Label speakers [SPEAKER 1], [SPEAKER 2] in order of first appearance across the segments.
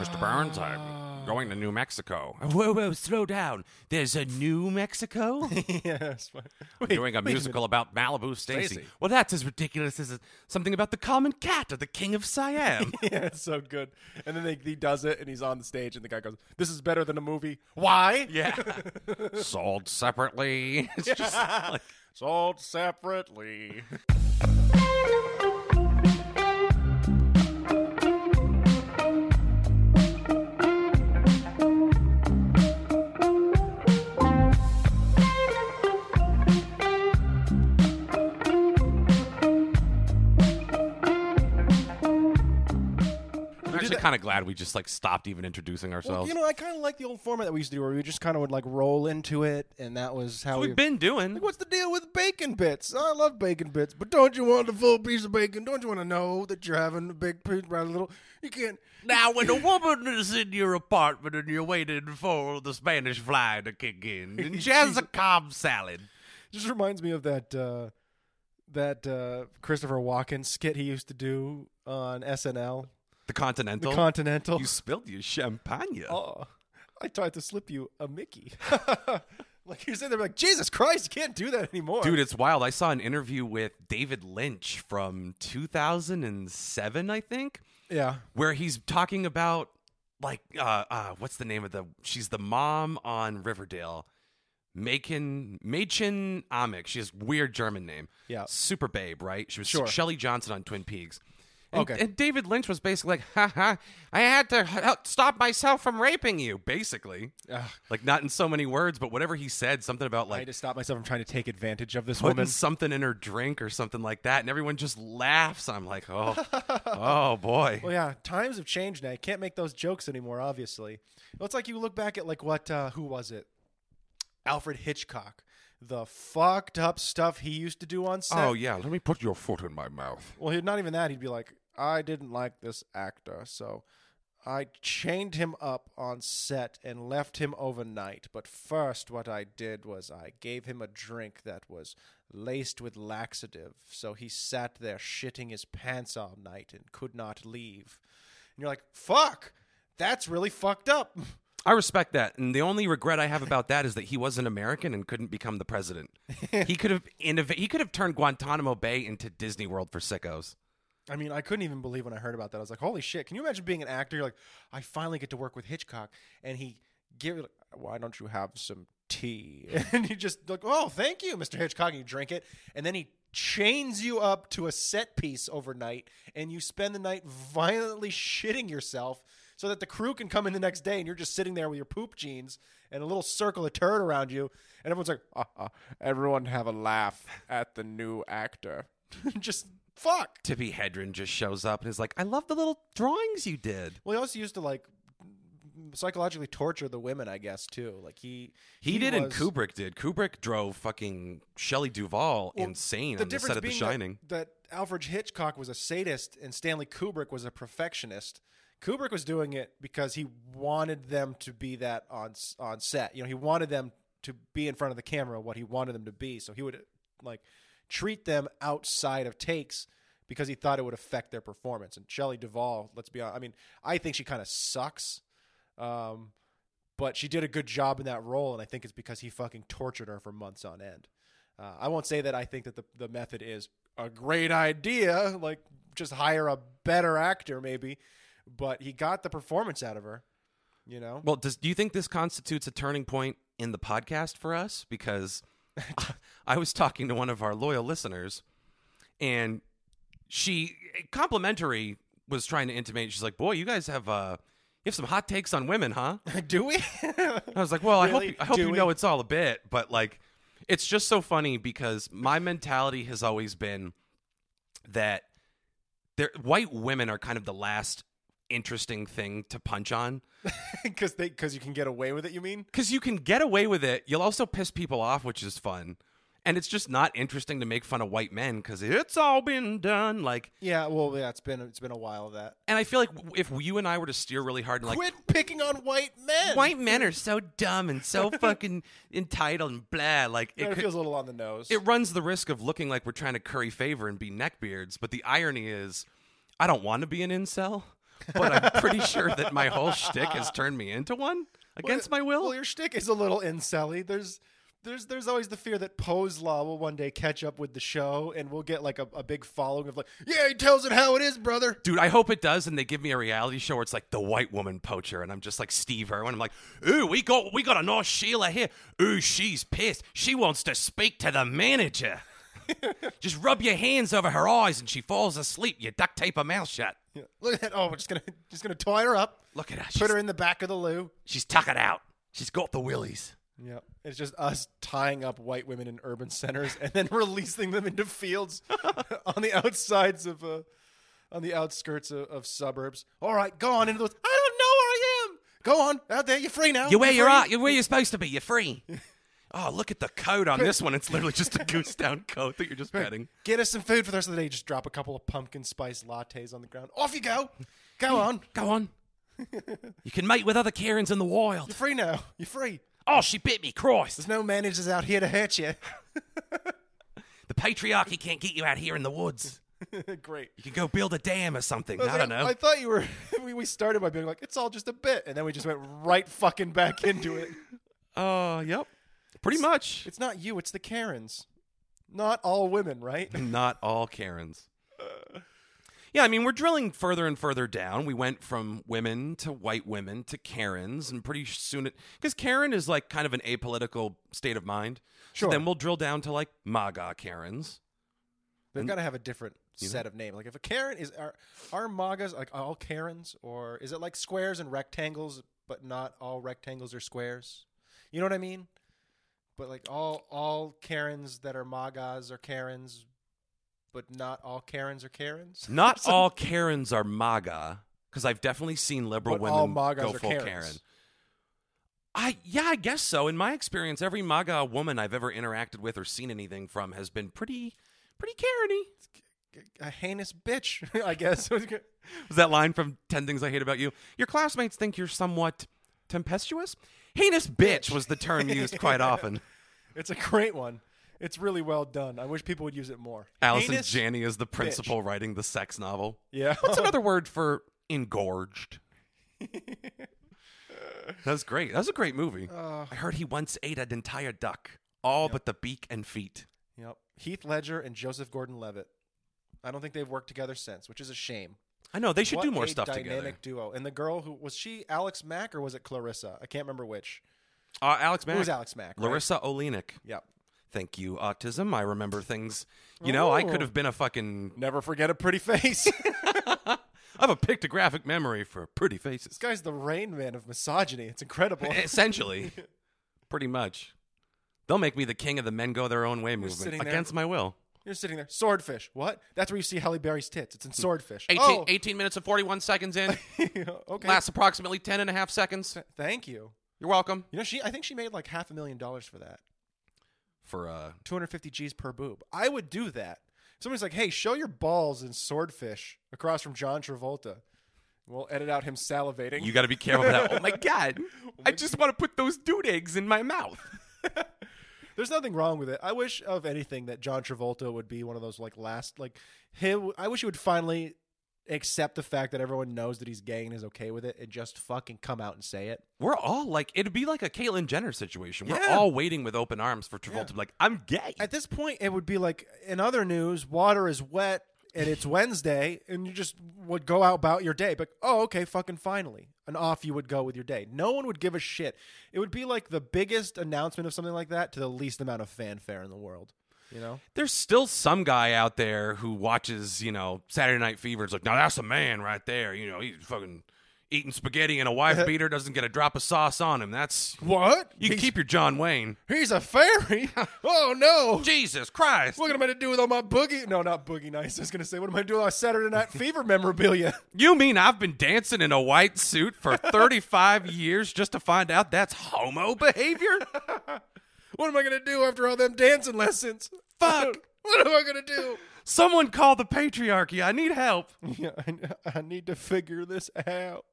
[SPEAKER 1] Mr. Burns, I'm going to New Mexico. Ah. Whoa, whoa, slow down. There's a New Mexico?
[SPEAKER 2] yes. Wait,
[SPEAKER 1] doing a
[SPEAKER 2] wait
[SPEAKER 1] musical about Malibu Stacy.
[SPEAKER 2] Stacy.
[SPEAKER 1] Well, that's as ridiculous as something about the common cat of the King of Siam.
[SPEAKER 2] yeah, it's so good. And then they, he does it, and he's on the stage, and the guy goes, "This is better than a movie." Why?
[SPEAKER 1] yeah. Sold separately. It's just like,
[SPEAKER 2] Sold separately.
[SPEAKER 1] I'm actually kind of glad we just like stopped even introducing ourselves.
[SPEAKER 2] Well, you know, I kind of like the old format that we used to do, where we just kind of would like roll into it, and that was how we.
[SPEAKER 1] We've been doing.
[SPEAKER 2] What's the deal with bacon bits? I love bacon bits, but don't you want a full piece of bacon? Don't you want to know that you're having a big piece, rather little? You can't.
[SPEAKER 1] Now, when a woman is in your apartment and you're waiting for the Spanish fly to kick in, and she has a cob salad.
[SPEAKER 2] just reminds me of that uh, that uh, Christopher Walken skit he used to do on SNL,
[SPEAKER 1] The Continental.
[SPEAKER 2] Continental.
[SPEAKER 1] you spilled your champagne.
[SPEAKER 2] oh, I tried to slip you a Mickey. like you said, they're like, Jesus Christ, you can't do that anymore,
[SPEAKER 1] Dude, it's wild. I saw an interview with David Lynch from 2007, I think,
[SPEAKER 2] Yeah,
[SPEAKER 1] where he's talking about like uh, uh what's the name of the she's the mom on Riverdale. Machin Machin Amick. She has weird German name.
[SPEAKER 2] Yeah.
[SPEAKER 1] Super babe, right? She was
[SPEAKER 2] Sure.
[SPEAKER 1] Shelley Johnson on Twin Peaks. And,
[SPEAKER 2] Okay.
[SPEAKER 1] and David Lynch was basically like, ha ha, I had to h- stop myself from raping you, basically.
[SPEAKER 2] Ugh.
[SPEAKER 1] Like, not in so many words, but whatever he said, something about
[SPEAKER 2] I
[SPEAKER 1] like,
[SPEAKER 2] had to stop myself from trying to take advantage of this
[SPEAKER 1] putting
[SPEAKER 2] woman.
[SPEAKER 1] something in her drink or something like that, and everyone just laughs. I'm like, oh, oh boy.
[SPEAKER 2] Well, yeah, times have changed now. You can't make those jokes anymore. Obviously, well, it's like you look back at like what uh, who was it? Alfred Hitchcock. The fucked up stuff he used to do on set.
[SPEAKER 1] Oh yeah, let me put your foot in my mouth.
[SPEAKER 2] Well, he not even that. He'd be like, I didn't like this actor, so I chained him up on set and left him overnight. But first, what I did was I gave him a drink that was laced with laxative, so he sat there shitting his pants all night and could not leave. And you're like, fuck, that's really fucked up.
[SPEAKER 1] I respect that, and the only regret I have about that is that he was an American and couldn't become the president. he could have innov- He could have turned Guantanamo Bay into Disney World for sickos.
[SPEAKER 2] I mean, I couldn't even believe when I heard about that. I was like, "Holy shit!" Can you imagine being an actor? You're like, "I finally get to work with Hitchcock," and he give like, why don't you have some tea? And you just like, "Oh, thank you, Mr. Hitchcock." And you drink it, and then he chains you up to a set piece overnight, and you spend the night violently shitting yourself so that the crew can come in the next day, and you're just sitting there with your poop jeans and a little circle of turd around you, and everyone's like, uh uh, "Everyone have a laugh at the new actor." just fuck.
[SPEAKER 1] Tippi Hedren just shows up and is like, "I love the little drawings you did."
[SPEAKER 2] Well, he also used to like psychologically torture the women, I guess, too. Like he
[SPEAKER 1] He, did, and
[SPEAKER 2] was-
[SPEAKER 1] Kubrick did. Kubrick drove fucking Shelley Duvall
[SPEAKER 2] Well,
[SPEAKER 1] insane
[SPEAKER 2] the
[SPEAKER 1] on the
[SPEAKER 2] difference
[SPEAKER 1] set of The
[SPEAKER 2] being
[SPEAKER 1] Shining.
[SPEAKER 2] That, that Alfred Hitchcock was a sadist and Stanley Kubrick was a perfectionist. Kubrick was doing it because he wanted them to be that on s- on set. You know, he wanted them to be in front of the camera what he wanted them to be. So he would like treat them outside of takes because he thought it would affect their performance. And Shelley Duvall, let's be honest, I mean, I think she kind of sucks. Um, but she did a good job in that role, and I think it's because he fucking tortured her for months on end. Uh, I won't say that I think that the, the method is a great idea, like just hire a better actor, maybe, but he got the performance out of her, you know?
[SPEAKER 1] Well, does do you think this constitutes a turning point in the podcast for us? Because I was talking to one of our loyal listeners, and she complimentary was trying to intimate. She's like, "Boy, you guys have uh, you have some hot takes on women, huh?"
[SPEAKER 2] Do we?
[SPEAKER 1] I was like, "Well, I hope
[SPEAKER 2] Really?
[SPEAKER 1] you, I hope
[SPEAKER 2] Do
[SPEAKER 1] you
[SPEAKER 2] we?
[SPEAKER 1] know it's all a bit, but like, it's just so funny because my mentality has always been that there white women are kind of the last interesting thing to punch on."
[SPEAKER 2] Because you can get away with it, you mean?
[SPEAKER 1] because you can get away with it. You'll also piss people off, which is fun. And it's just not interesting to make fun of white men because it's all been done. Like,
[SPEAKER 2] Yeah, well, yeah, it's been, it's been a while of that.
[SPEAKER 1] and I feel like if you and I were to steer really hard and like,
[SPEAKER 2] Quit picking on white men!
[SPEAKER 1] white men are so dumb and so fucking entitled and blah. Like, it,
[SPEAKER 2] It
[SPEAKER 1] could-
[SPEAKER 2] feels a little on the nose.
[SPEAKER 1] it runs the risk of looking like we're trying to curry favor and be neckbeards. But the irony is, I don't want to be an incel. but I'm pretty sure that my whole shtick has turned me into one against my will.
[SPEAKER 2] Well, your shtick is a little incelly. There's there's there's always the fear that Poe's Law will one day catch up with the show and we'll get like a, a big following of like, yeah, he tells it how it is, brother.
[SPEAKER 1] Dude, I hope it does, and they give me a reality show where it's like the white woman poacher, and I'm just like Steve Irwin. I'm like, ooh, we got we got a nice Sheila here. Ooh, she's pissed. She wants to speak to the manager. just rub your hands over her eyes, and she falls asleep. You duct tape her mouth shut.
[SPEAKER 2] Yeah. Look at that. Oh, we're just gonna just gonna tie her up,
[SPEAKER 1] Look at her. She's,
[SPEAKER 2] put her in the back of the loo.
[SPEAKER 1] she's tucking out. She's got the willies.
[SPEAKER 2] Yeah. It's just us tying up white women in urban centers and then releasing them into fields on the outsides of uh, on the outskirts of, of suburbs. All right, go on into those. I don't know where I am. Go on out there. You're free now.
[SPEAKER 1] You're where you're
[SPEAKER 2] free.
[SPEAKER 1] at. You're where you're supposed to be. You're free. Oh, look at the coat on this one. It's literally just a goose down coat that you're just petting.
[SPEAKER 2] Get us some food for the rest of the day. Just drop a couple of pumpkin spice lattes on the ground. Off you go. Go on.
[SPEAKER 1] Go on. you can mate with other Karens in the wild.
[SPEAKER 2] You're free now. You're free.
[SPEAKER 1] Oh, she bit me. Christ.
[SPEAKER 2] There's no managers out here to hurt you.
[SPEAKER 1] The patriarchy can't get you out here in the woods.
[SPEAKER 2] Great.
[SPEAKER 1] You can go build a dam or something. I,
[SPEAKER 2] was
[SPEAKER 1] don't
[SPEAKER 2] like,
[SPEAKER 1] know.
[SPEAKER 2] I thought you were. We, we started by being like, it's all just a bit, and then we just went right fucking back into it.
[SPEAKER 1] Oh, yep. Pretty much.
[SPEAKER 2] It's not you. It's the Karens. Not all women, right?
[SPEAKER 1] Not all Karens. Uh. Yeah, I mean, we're drilling further and further down. We went from women to white women to Karens, and pretty soon it. Because Karen is like kind of an apolitical state of mind. So
[SPEAKER 2] Sure.
[SPEAKER 1] then we'll drill down to like MAGA Karens.
[SPEAKER 2] They've got to have a different set of names. Like if a Karen is are are magas like all Karens, or is it like squares and rectangles, but not all rectangles are squares? You know what I mean? But like all all Karens that are magas are Karens, but not all Karens are Karens.
[SPEAKER 1] Not all Karens are MAGA, because I've definitely seen liberal
[SPEAKER 2] But
[SPEAKER 1] women
[SPEAKER 2] all MAGAs
[SPEAKER 1] go
[SPEAKER 2] are
[SPEAKER 1] full
[SPEAKER 2] Karens.
[SPEAKER 1] Karen. I yeah, I guess so. In my experience, every MAGA woman I've ever interacted with or seen anything from has been pretty, pretty Karen-y.
[SPEAKER 2] A heinous bitch, I guess.
[SPEAKER 1] Was that line from Ten Things I Hate About You? Your classmates think you're somewhat tempestuous. Heinous bitch was the term used quite often.
[SPEAKER 2] it's a great one. It's really well done. I wish people would use it more.
[SPEAKER 1] Allison
[SPEAKER 2] Heinous-
[SPEAKER 1] Janney is the principal writing the sex novel.
[SPEAKER 2] Yeah.
[SPEAKER 1] What's another word for engorged? that was great. That was a great movie. I heard he once ate an entire duck, all but the beak and feet.
[SPEAKER 2] Yep. Heath Ledger and Joseph Gordon-Levitt. I don't think they've worked together since, which is a shame.
[SPEAKER 1] I know they should
[SPEAKER 2] What
[SPEAKER 1] do more
[SPEAKER 2] a
[SPEAKER 1] stuff
[SPEAKER 2] dynamic
[SPEAKER 1] together.
[SPEAKER 2] duo. And the girl who was she Alex Mack or was it Clarissa? I can't remember which.
[SPEAKER 1] Uh, Alex Mack,
[SPEAKER 2] It was Alex Mack. right?
[SPEAKER 1] Larissa Olenek.
[SPEAKER 2] Yep.
[SPEAKER 1] Thank you, autism. I remember things. You know, I could
[SPEAKER 2] Oh.
[SPEAKER 1] have been a fucking.
[SPEAKER 2] Never forget a pretty face. this
[SPEAKER 1] I have a pictographic memory for pretty faces.
[SPEAKER 2] guy's the rain man of misogyny. It's incredible.
[SPEAKER 1] Essentially, pretty much. They'll make me the king of the men go their own way
[SPEAKER 2] sitting
[SPEAKER 1] movement
[SPEAKER 2] there-
[SPEAKER 1] against my will.
[SPEAKER 2] You're sitting there. Swordfish. What? That's where you see Halle Berry's tits. It's in Swordfish.
[SPEAKER 1] 18,
[SPEAKER 2] oh.
[SPEAKER 1] 18 minutes and 41 seconds in.
[SPEAKER 2] okay.
[SPEAKER 1] Lasts approximately 10 and a half seconds.
[SPEAKER 2] Thank you.
[SPEAKER 1] You're welcome.
[SPEAKER 2] You know, she I think she made like half a million dollars for that.
[SPEAKER 1] For uh
[SPEAKER 2] 250 G's per boob. I would do that. If Somebody's like, hey, show your balls in Swordfish across from John Travolta. We'll edit out him salivating.
[SPEAKER 1] You got to be careful with that. Oh my god. I just want to put those dude eggs in my mouth.
[SPEAKER 2] There's nothing wrong with it. I wish of anything that John Travolta would be one of those like last like him. I wish he would finally accept the fact that everyone knows that he's gay and is okay with it and just fucking come out and say it.
[SPEAKER 1] We're all like it'd be like a Caitlyn Jenner situation. We're
[SPEAKER 2] Yeah.
[SPEAKER 1] all waiting with open arms for Travolta to be like, "I'm gay."
[SPEAKER 2] At this point, it would be like in other news, water is wet and it's Wednesday, and you just would go out about your day. But oh, okay, fucking finally, and off you would go with your day. No one would give a shit. It would be like the biggest announcement of something like that to the least amount of fanfare in the world. You know,
[SPEAKER 1] There's still some guy out there who watches, you know, Saturday Night Fever. It's like, now that's a man right there. You know, he's fucking eating spaghetti and a wife beater doesn't get a drop of sauce on him. That's
[SPEAKER 2] what?
[SPEAKER 1] you can keep your John Wayne.
[SPEAKER 2] He's a fairy. oh no.
[SPEAKER 1] Jesus Christ!
[SPEAKER 2] What am I going to do with all my boogie? No, not boogie nights. I was going to say, what am I going to do with all my Saturday Night Fever memorabilia?
[SPEAKER 1] You mean I've been dancing in a white suit for 35 years just to find out that's homo behavior?
[SPEAKER 2] What am I going to do after all them dancing lessons?
[SPEAKER 1] Fuck.
[SPEAKER 2] What am I going to do?
[SPEAKER 1] Someone call the patriarchy. I need help.
[SPEAKER 2] Yeah, I, I need to figure this out.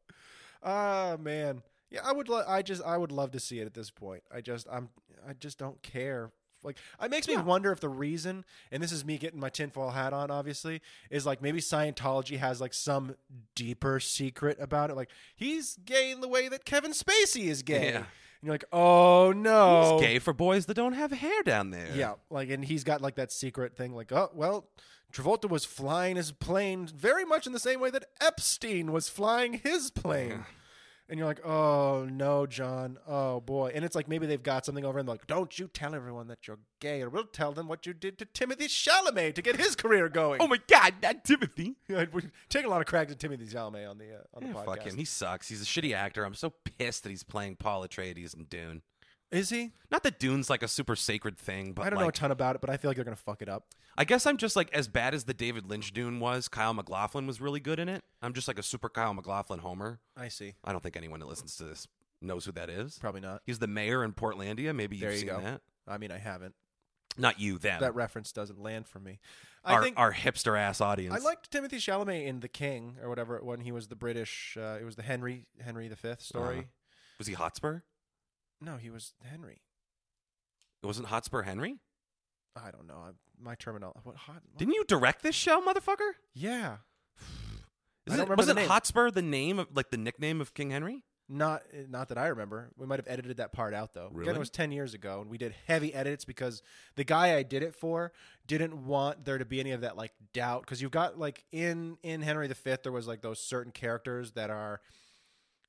[SPEAKER 2] Ah, man. Yeah, I would. Lo- I just. I would love to see it at this point. I just. I'm. I just don't care like it makes me
[SPEAKER 1] Yeah.
[SPEAKER 2] wonder if the reason, and this is me getting my tinfoil hat on, obviously, is like maybe Scientology has like some deeper secret about it. Like he's gay in the way that Kevin Spacey is gay.
[SPEAKER 1] Yeah.
[SPEAKER 2] And you're like, oh no,
[SPEAKER 1] It's gay for boys that don't have hair down there.
[SPEAKER 2] Yeah, like and he's got like that secret thing, like oh well, Travolta was flying his plane very much in the same way that Epstein was flying his plane.
[SPEAKER 1] Yeah.
[SPEAKER 2] And you're like, oh no, John, oh boy, and it's like maybe they've got something over him, like don't you tell everyone that you're gay, or we'll tell them what you did to Timothy Chalamet to get his career going.
[SPEAKER 1] Oh my God, that Timothy.
[SPEAKER 2] we take a lot of cracks at Timothy Chalamet on the uh, on the
[SPEAKER 1] Yeah,
[SPEAKER 2] podcast.
[SPEAKER 1] fuck him. He sucks. He's a shitty actor. I'm so pissed that he's playing Paul Atreides in Dune.
[SPEAKER 2] Is he?
[SPEAKER 1] Not that Dune's like a super sacred thing, but
[SPEAKER 2] I don't know a
[SPEAKER 1] like,
[SPEAKER 2] ton about it, but I feel like they're gonna fuck it up.
[SPEAKER 1] I guess I'm just like as bad as the David Lynch Dune was. Kyle McLaughlin was really good in it. I'm just like a super Kyle McLaughlin homer.
[SPEAKER 2] I see.
[SPEAKER 1] I don't think anyone that listens to this knows who that is.
[SPEAKER 2] Probably not.
[SPEAKER 1] He's the mayor in Portlandia. Maybe you've
[SPEAKER 2] There you
[SPEAKER 1] seen
[SPEAKER 2] go.
[SPEAKER 1] that.
[SPEAKER 2] I mean, I haven't.
[SPEAKER 1] Not you, them.
[SPEAKER 2] That reference doesn't land for me. I
[SPEAKER 1] our,
[SPEAKER 2] think
[SPEAKER 1] our hipster ass audience.
[SPEAKER 2] I liked Timothy Chalamet in The King or whatever when he was the British. Uh, it was the Henry Henry V story.
[SPEAKER 1] Uh-huh. was he Hotspur?
[SPEAKER 2] No, he was Henry.
[SPEAKER 1] It wasn't Hotspur Henry.
[SPEAKER 2] I don't know. I, my terminology. What hot? what-
[SPEAKER 1] Didn't you direct this show, motherfucker?
[SPEAKER 2] yeah.
[SPEAKER 1] Is
[SPEAKER 2] don't
[SPEAKER 1] it,
[SPEAKER 2] remember
[SPEAKER 1] wasn't
[SPEAKER 2] the name.
[SPEAKER 1] Hotspur the name of like the nickname of King Henry?
[SPEAKER 2] Not not that I remember. We might have edited that part out though. Again,
[SPEAKER 1] Really?
[SPEAKER 2] it was ten years ago, and we did heavy edits because the guy I did it for didn't want there to be any of that like doubt. Because you've got like in in Henry V, there was like those certain characters that are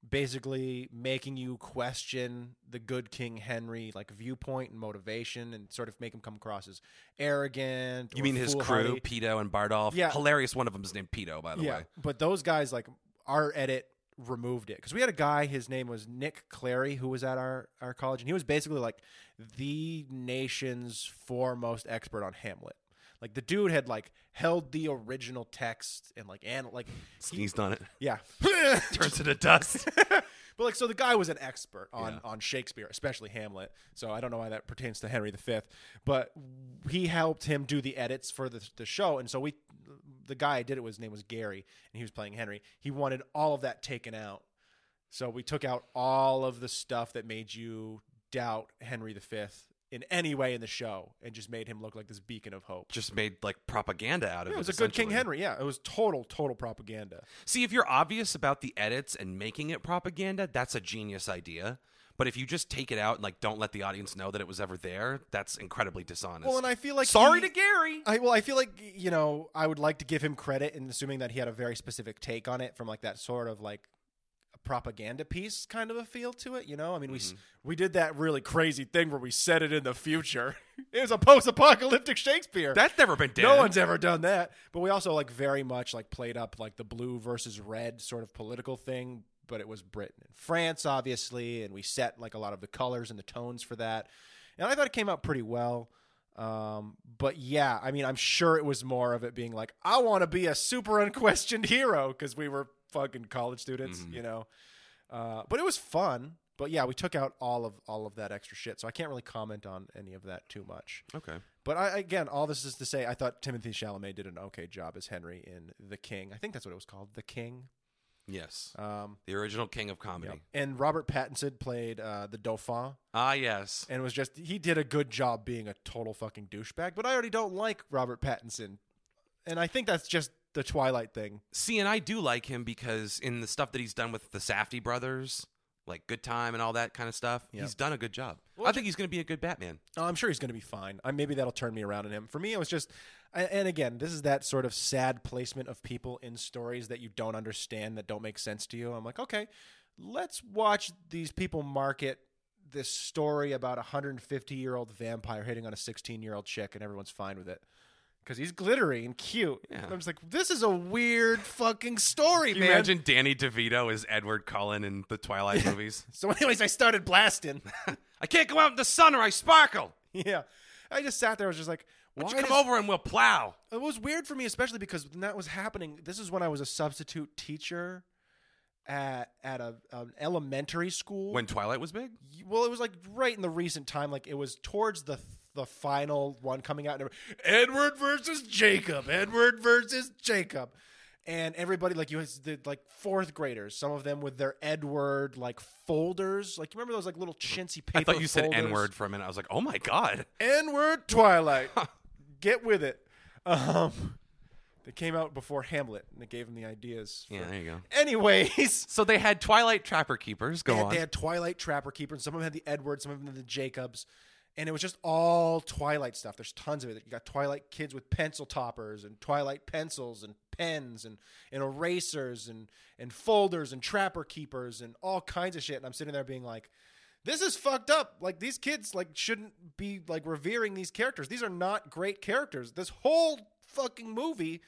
[SPEAKER 2] basically making you question the good King Henry like viewpoint and motivation, and sort of make him come across as arrogant.
[SPEAKER 1] You
[SPEAKER 2] or
[SPEAKER 1] mean his crew,
[SPEAKER 2] foolhardy.
[SPEAKER 1] Pito and Bardolph?
[SPEAKER 2] Yeah.
[SPEAKER 1] Hilarious. One of them is named Pito, by the way.
[SPEAKER 2] But those guys, like our edit, removed it because we had a guy. His name was Nick Clary, who was at our our college, and he was basically like the nation's foremost expert on Hamlet. Like the dude had like held the original text and like and like
[SPEAKER 1] Sneezed on it.
[SPEAKER 2] yeah.
[SPEAKER 1] Turns it to dust.
[SPEAKER 2] but like so the guy was an expert on
[SPEAKER 1] Yeah.
[SPEAKER 2] on Shakespeare, especially Hamlet. So I don't know why that pertains to Henry V, but he helped him do the edits for the the show and so we the guy I did it with his name was Gary and he was playing Henry. He wanted all of that taken out. So we took out all of the stuff that made you doubt Henry V in any way in the show and just made him look like this beacon of hope.
[SPEAKER 1] Just made like propaganda out of it.
[SPEAKER 2] it was a good King
[SPEAKER 1] essentially.
[SPEAKER 2] Henry. Yeah, it was total total propaganda.
[SPEAKER 1] See, if you're obvious about the edits and making it propaganda, that's a genius idea. But if you just take it out and like don't let the audience know that it was ever there, that's incredibly dishonest.
[SPEAKER 2] Well, and I feel like
[SPEAKER 1] Sorry
[SPEAKER 2] he- Uh,
[SPEAKER 1] to Gary.
[SPEAKER 2] I well, I feel like you know, I would like to give him credit in assuming that he had a very specific take on it from like that sort of like propaganda piece kind of a feel to it. You know, I mean, we s we did that really crazy thing where we set it in the future. it was a post-apocalyptic Shakespeare.
[SPEAKER 1] That's never been done.
[SPEAKER 2] no one's ever done that. But we also like very much like played up like the blue versus red sort of political thing. But it was Britain and France, obviously, and we set like a lot of the colors and the tones for that. And I thought it came out pretty well. Um, but yeah, I mean, I'm sure it was more of it being like, I want to be a super unquestioned hero because we were fucking college students,
[SPEAKER 1] Mhm.
[SPEAKER 2] you know. Uh, but it was fun. But yeah, we took out all of all of that extra shit, so I can't really comment on any of that too much.
[SPEAKER 1] Okay.
[SPEAKER 2] But I, again, all this is to say, I thought Timothy Chalamet did an okay job as Henry in The King. I think that's what it was called, The King.
[SPEAKER 1] Yes.
[SPEAKER 2] Um,
[SPEAKER 1] The original king of comedy.
[SPEAKER 2] yep. And Robert Pattinson played uh, the Dauphin,
[SPEAKER 1] Ah, yes.
[SPEAKER 2] and was just he did a good job being a total fucking douchebag. But I already don't like Robert Pattinson, and I think that's just the Twilight thing.
[SPEAKER 1] See, and I do like him because in the stuff that he's done with the Safety brothers, like Good Time and all that kind of stuff,
[SPEAKER 2] Yeah.
[SPEAKER 1] he's done a good job.
[SPEAKER 2] Well,
[SPEAKER 1] I think he's going to be a good Batman.
[SPEAKER 2] Oh, I'm sure he's going to be fine. I, maybe that'll turn me around in him. For me, it was just, I, and again, this is that sort of sad placement of people in stories that you don't understand that don't make sense to you. I'm like, okay, let's watch these people market this story about a 150 year old vampire hitting on a 16 year old chick, and everyone's fine with it because he's glittery and cute.
[SPEAKER 1] Yeah.
[SPEAKER 2] I'm just like, this is a weird fucking story,
[SPEAKER 1] Can you
[SPEAKER 2] man.
[SPEAKER 1] imagine Danny DeVito as Edward Cullen in the Twilight movies?
[SPEAKER 2] so, anyways, I started blasting.
[SPEAKER 1] I can't go out in the sun or I sparkle.
[SPEAKER 2] yeah, I just sat there. I was just like, why
[SPEAKER 1] Just come
[SPEAKER 2] does-
[SPEAKER 1] over and we'll plow.
[SPEAKER 2] It was weird for me, especially because when that was happening, this is when I was a substitute teacher at at a an elementary school.
[SPEAKER 1] When Twilight was big?
[SPEAKER 2] well, it was like right in the recent time, like it was towards the the final one coming out. And every- Edward versus Jacob. Edward versus Jacob. and everybody like you had the like fourth graders some of them with their edward like folders like you remember those like little chintzy paper
[SPEAKER 1] I thought you said
[SPEAKER 2] folders?
[SPEAKER 1] N word for a minute. I was like, oh my God.
[SPEAKER 2] n-word twilight get with it um they came out before hamlet and they gave them the ideas for-
[SPEAKER 1] Yeah, there you go.
[SPEAKER 2] anyways
[SPEAKER 1] So they had Twilight Trapper Keepers. Go
[SPEAKER 2] they had,
[SPEAKER 1] on.
[SPEAKER 2] they had Twilight Trapper Keeper, and some of them had the Edward, some of them had the Jacobs, and it was just all Twilight stuff. There's tons of it. You got Twilight kids with pencil toppers and Twilight pencils and pens and, and erasers and and folders and Trapper Keepers and all kinds of shit. And I'm sitting there being like, this is fucked up. Like these kids like shouldn't be like revering these characters. These are not great characters. This whole fucking movie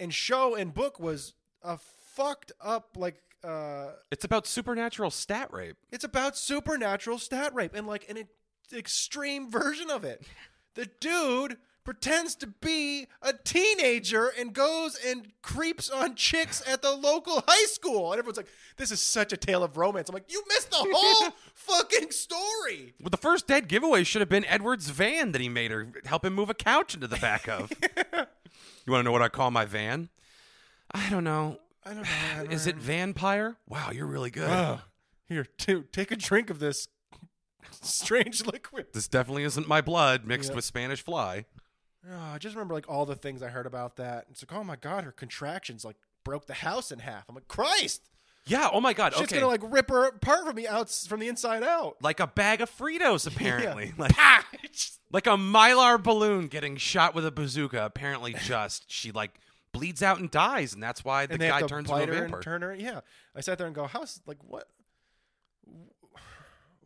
[SPEAKER 2] and show and book was a fucked up like uh
[SPEAKER 1] it's about supernatural stat rape.
[SPEAKER 2] it's about supernatural stat rape and like an e- extreme version of it. The dude pretends to be a teenager and goes and creeps on chicks at the local high school. And everyone's like, this is such a tale of romance. I'm like, you missed the whole fucking story.
[SPEAKER 1] Well, the first dead giveaway should have been Edward's van that he made her help him move a couch into the back of. You want to know what I call my van? I don't know.
[SPEAKER 2] I don't know.
[SPEAKER 1] Is it vampire? Wow, you're really good.
[SPEAKER 2] here, dude, take a drink of this strange liquid.
[SPEAKER 1] This definitely isn't my blood mixed with Spanish fly.
[SPEAKER 2] Oh, I just remember like all the things I heard about that. It's like, oh my God, her contractions like broke the house in half. I'm like, Christ.
[SPEAKER 1] Yeah. Oh my God.
[SPEAKER 2] She's
[SPEAKER 1] okay.
[SPEAKER 2] gonna like rip her apart from me out from the inside out.
[SPEAKER 1] Like a bag of Fritos, apparently.
[SPEAKER 2] Yeah.
[SPEAKER 1] Like,
[SPEAKER 2] Pah! Just-
[SPEAKER 1] like a mylar balloon getting shot with a bazooka. Apparently, just she like bleeds out and dies, and that's why the
[SPEAKER 2] and they
[SPEAKER 1] guy
[SPEAKER 2] have to
[SPEAKER 1] turns
[SPEAKER 2] bite
[SPEAKER 1] into a
[SPEAKER 2] her
[SPEAKER 1] vampire.
[SPEAKER 2] and turn her. Yeah, I sat there and go, how's like what?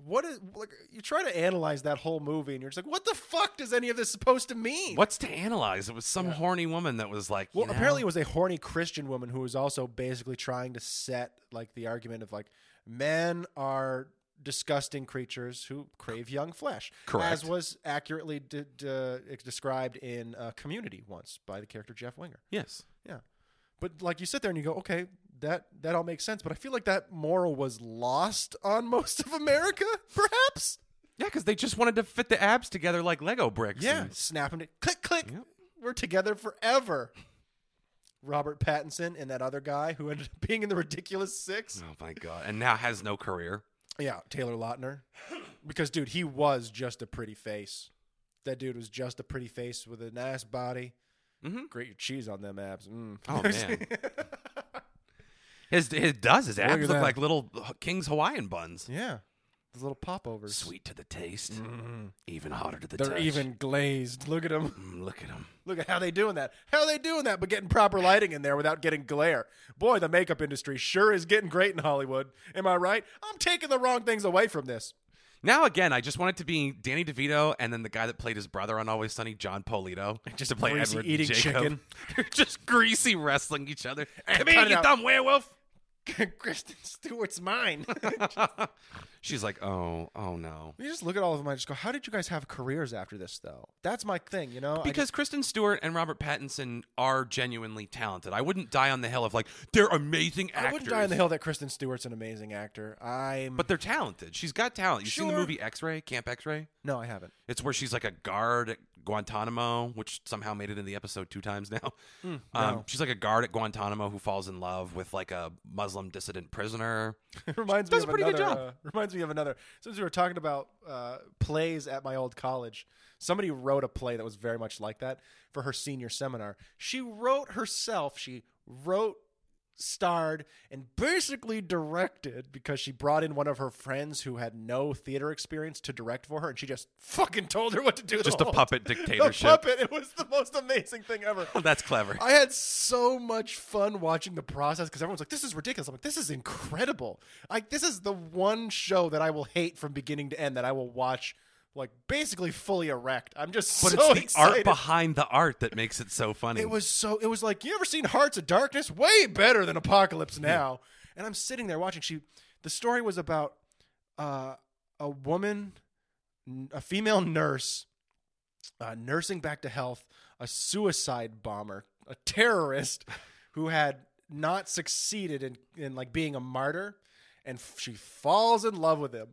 [SPEAKER 2] What is like? You try to analyze that whole movie, and you're just like, what the fuck does any of this supposed to mean?
[SPEAKER 1] What's to analyze? It was some horny woman that was like,
[SPEAKER 2] Well,
[SPEAKER 1] you know,
[SPEAKER 2] apparently, it was a horny Christian woman who was also basically trying to set like the argument of like men are disgusting creatures who crave young flesh,
[SPEAKER 1] Correct.
[SPEAKER 2] As was accurately de- de- described in uh, Community once by the character Jeff Winger.
[SPEAKER 1] yes.
[SPEAKER 2] Yeah. But like you sit there and you go, okay, that that all makes sense. But I feel like that moral was lost on most of America, perhaps.
[SPEAKER 1] Yeah, because they just wanted to fit the abs together like Lego bricks.
[SPEAKER 2] Yeah,
[SPEAKER 1] and-
[SPEAKER 2] snapping it, click click.
[SPEAKER 1] Yep.
[SPEAKER 2] We're together forever. Robert Pattinson and that other guy who ended up being in the Ridiculous Six.
[SPEAKER 1] oh my god! And now has no career.
[SPEAKER 2] Yeah, Taylor Lautner. Because dude, he was just a pretty face. That dude was just a pretty face with a nice body.
[SPEAKER 1] Mhm.
[SPEAKER 2] Grate your cheese on them abs. Mm.
[SPEAKER 1] Oh, man. His his does his abs
[SPEAKER 2] at
[SPEAKER 1] look,
[SPEAKER 2] that.
[SPEAKER 1] like little King's Hawaiian buns.
[SPEAKER 2] yeah, those little popovers.
[SPEAKER 1] Sweet to the taste, Mm-hmm. even hotter to the
[SPEAKER 2] They're
[SPEAKER 1] touch.
[SPEAKER 2] even glazed. Look at them.
[SPEAKER 1] Mm, look at him.
[SPEAKER 2] Look at how they doing that. How they doing that, but getting proper lighting in there without getting glare. Boy, the makeup industry sure is getting great in Hollywood. Am I right? I'm taking the wrong things away from this.
[SPEAKER 1] Now again, I just want it to be Danny DeVito and then the guy that played his brother on Always Sunny, John Polito, just to play
[SPEAKER 2] greasy
[SPEAKER 1] Edward
[SPEAKER 2] eating
[SPEAKER 1] and Jacob. just greasy wrestling each other. Come
[SPEAKER 2] cut
[SPEAKER 1] here,
[SPEAKER 2] it
[SPEAKER 1] you
[SPEAKER 2] out.
[SPEAKER 1] dumb werewolf.
[SPEAKER 2] Kristen Stewart's mine.
[SPEAKER 1] She's like, oh, oh no.
[SPEAKER 2] you just look at all of them. I just go, how did you guys have careers after this, though? That's my thing, you know. I
[SPEAKER 1] Because Kristen Stewart and Robert Pattinson are genuinely talented. I wouldn't die on the hill of like they're amazing
[SPEAKER 2] just- I
[SPEAKER 1] actors.
[SPEAKER 2] wouldn't die on the hill that Kristen Stewart's an amazing actor. I'm,
[SPEAKER 1] but they're talented. She's got talent. You've seen the
[SPEAKER 2] Sure.
[SPEAKER 1] movie X Ray, Camp X Ray?
[SPEAKER 2] no, I haven't.
[SPEAKER 1] It's where she's like a guard at Guantanamo, which somehow made it in the episode two times now.
[SPEAKER 2] Hmm,
[SPEAKER 1] um, she's like a guard at Guantanamo who falls in love with like a Muslim dissident prisoner.
[SPEAKER 2] It reminds me
[SPEAKER 1] does
[SPEAKER 2] of
[SPEAKER 1] a pretty good
[SPEAKER 2] another,
[SPEAKER 1] job.
[SPEAKER 2] uh, reminds me of another. Since we were talking about uh, plays at my old college, somebody wrote a play that was very much like that for her senior seminar. She wrote herself. She wrote, starred, and basically directed because she brought in one of her friends who had no theater experience to direct for her, and she just fucking told her what to do. the
[SPEAKER 1] Just a
[SPEAKER 2] whole-
[SPEAKER 1] puppet
[SPEAKER 2] A
[SPEAKER 1] dictatorship.
[SPEAKER 2] puppet. It was the most amazing thing ever.
[SPEAKER 1] That's clever.
[SPEAKER 2] I had so much fun watching the process because everyone's like, "This is ridiculous." I'm like, "This is incredible!" Like, this is the one show that I will hate from beginning to end that I will watch, like basically fully erect. I'm just
[SPEAKER 1] But
[SPEAKER 2] so
[SPEAKER 1] it's the
[SPEAKER 2] excited.
[SPEAKER 1] art behind the art that makes it so funny.
[SPEAKER 2] it was so. It was like you ever seen Hearts of Darkness? Way better than Apocalypse Now. And I'm sitting there watching. She, the story was about uh, a woman, n- a female nurse uh, nursing back to health a suicide bomber, a terrorist who had not succeeded in, in like being a martyr, and f- she falls in love with him,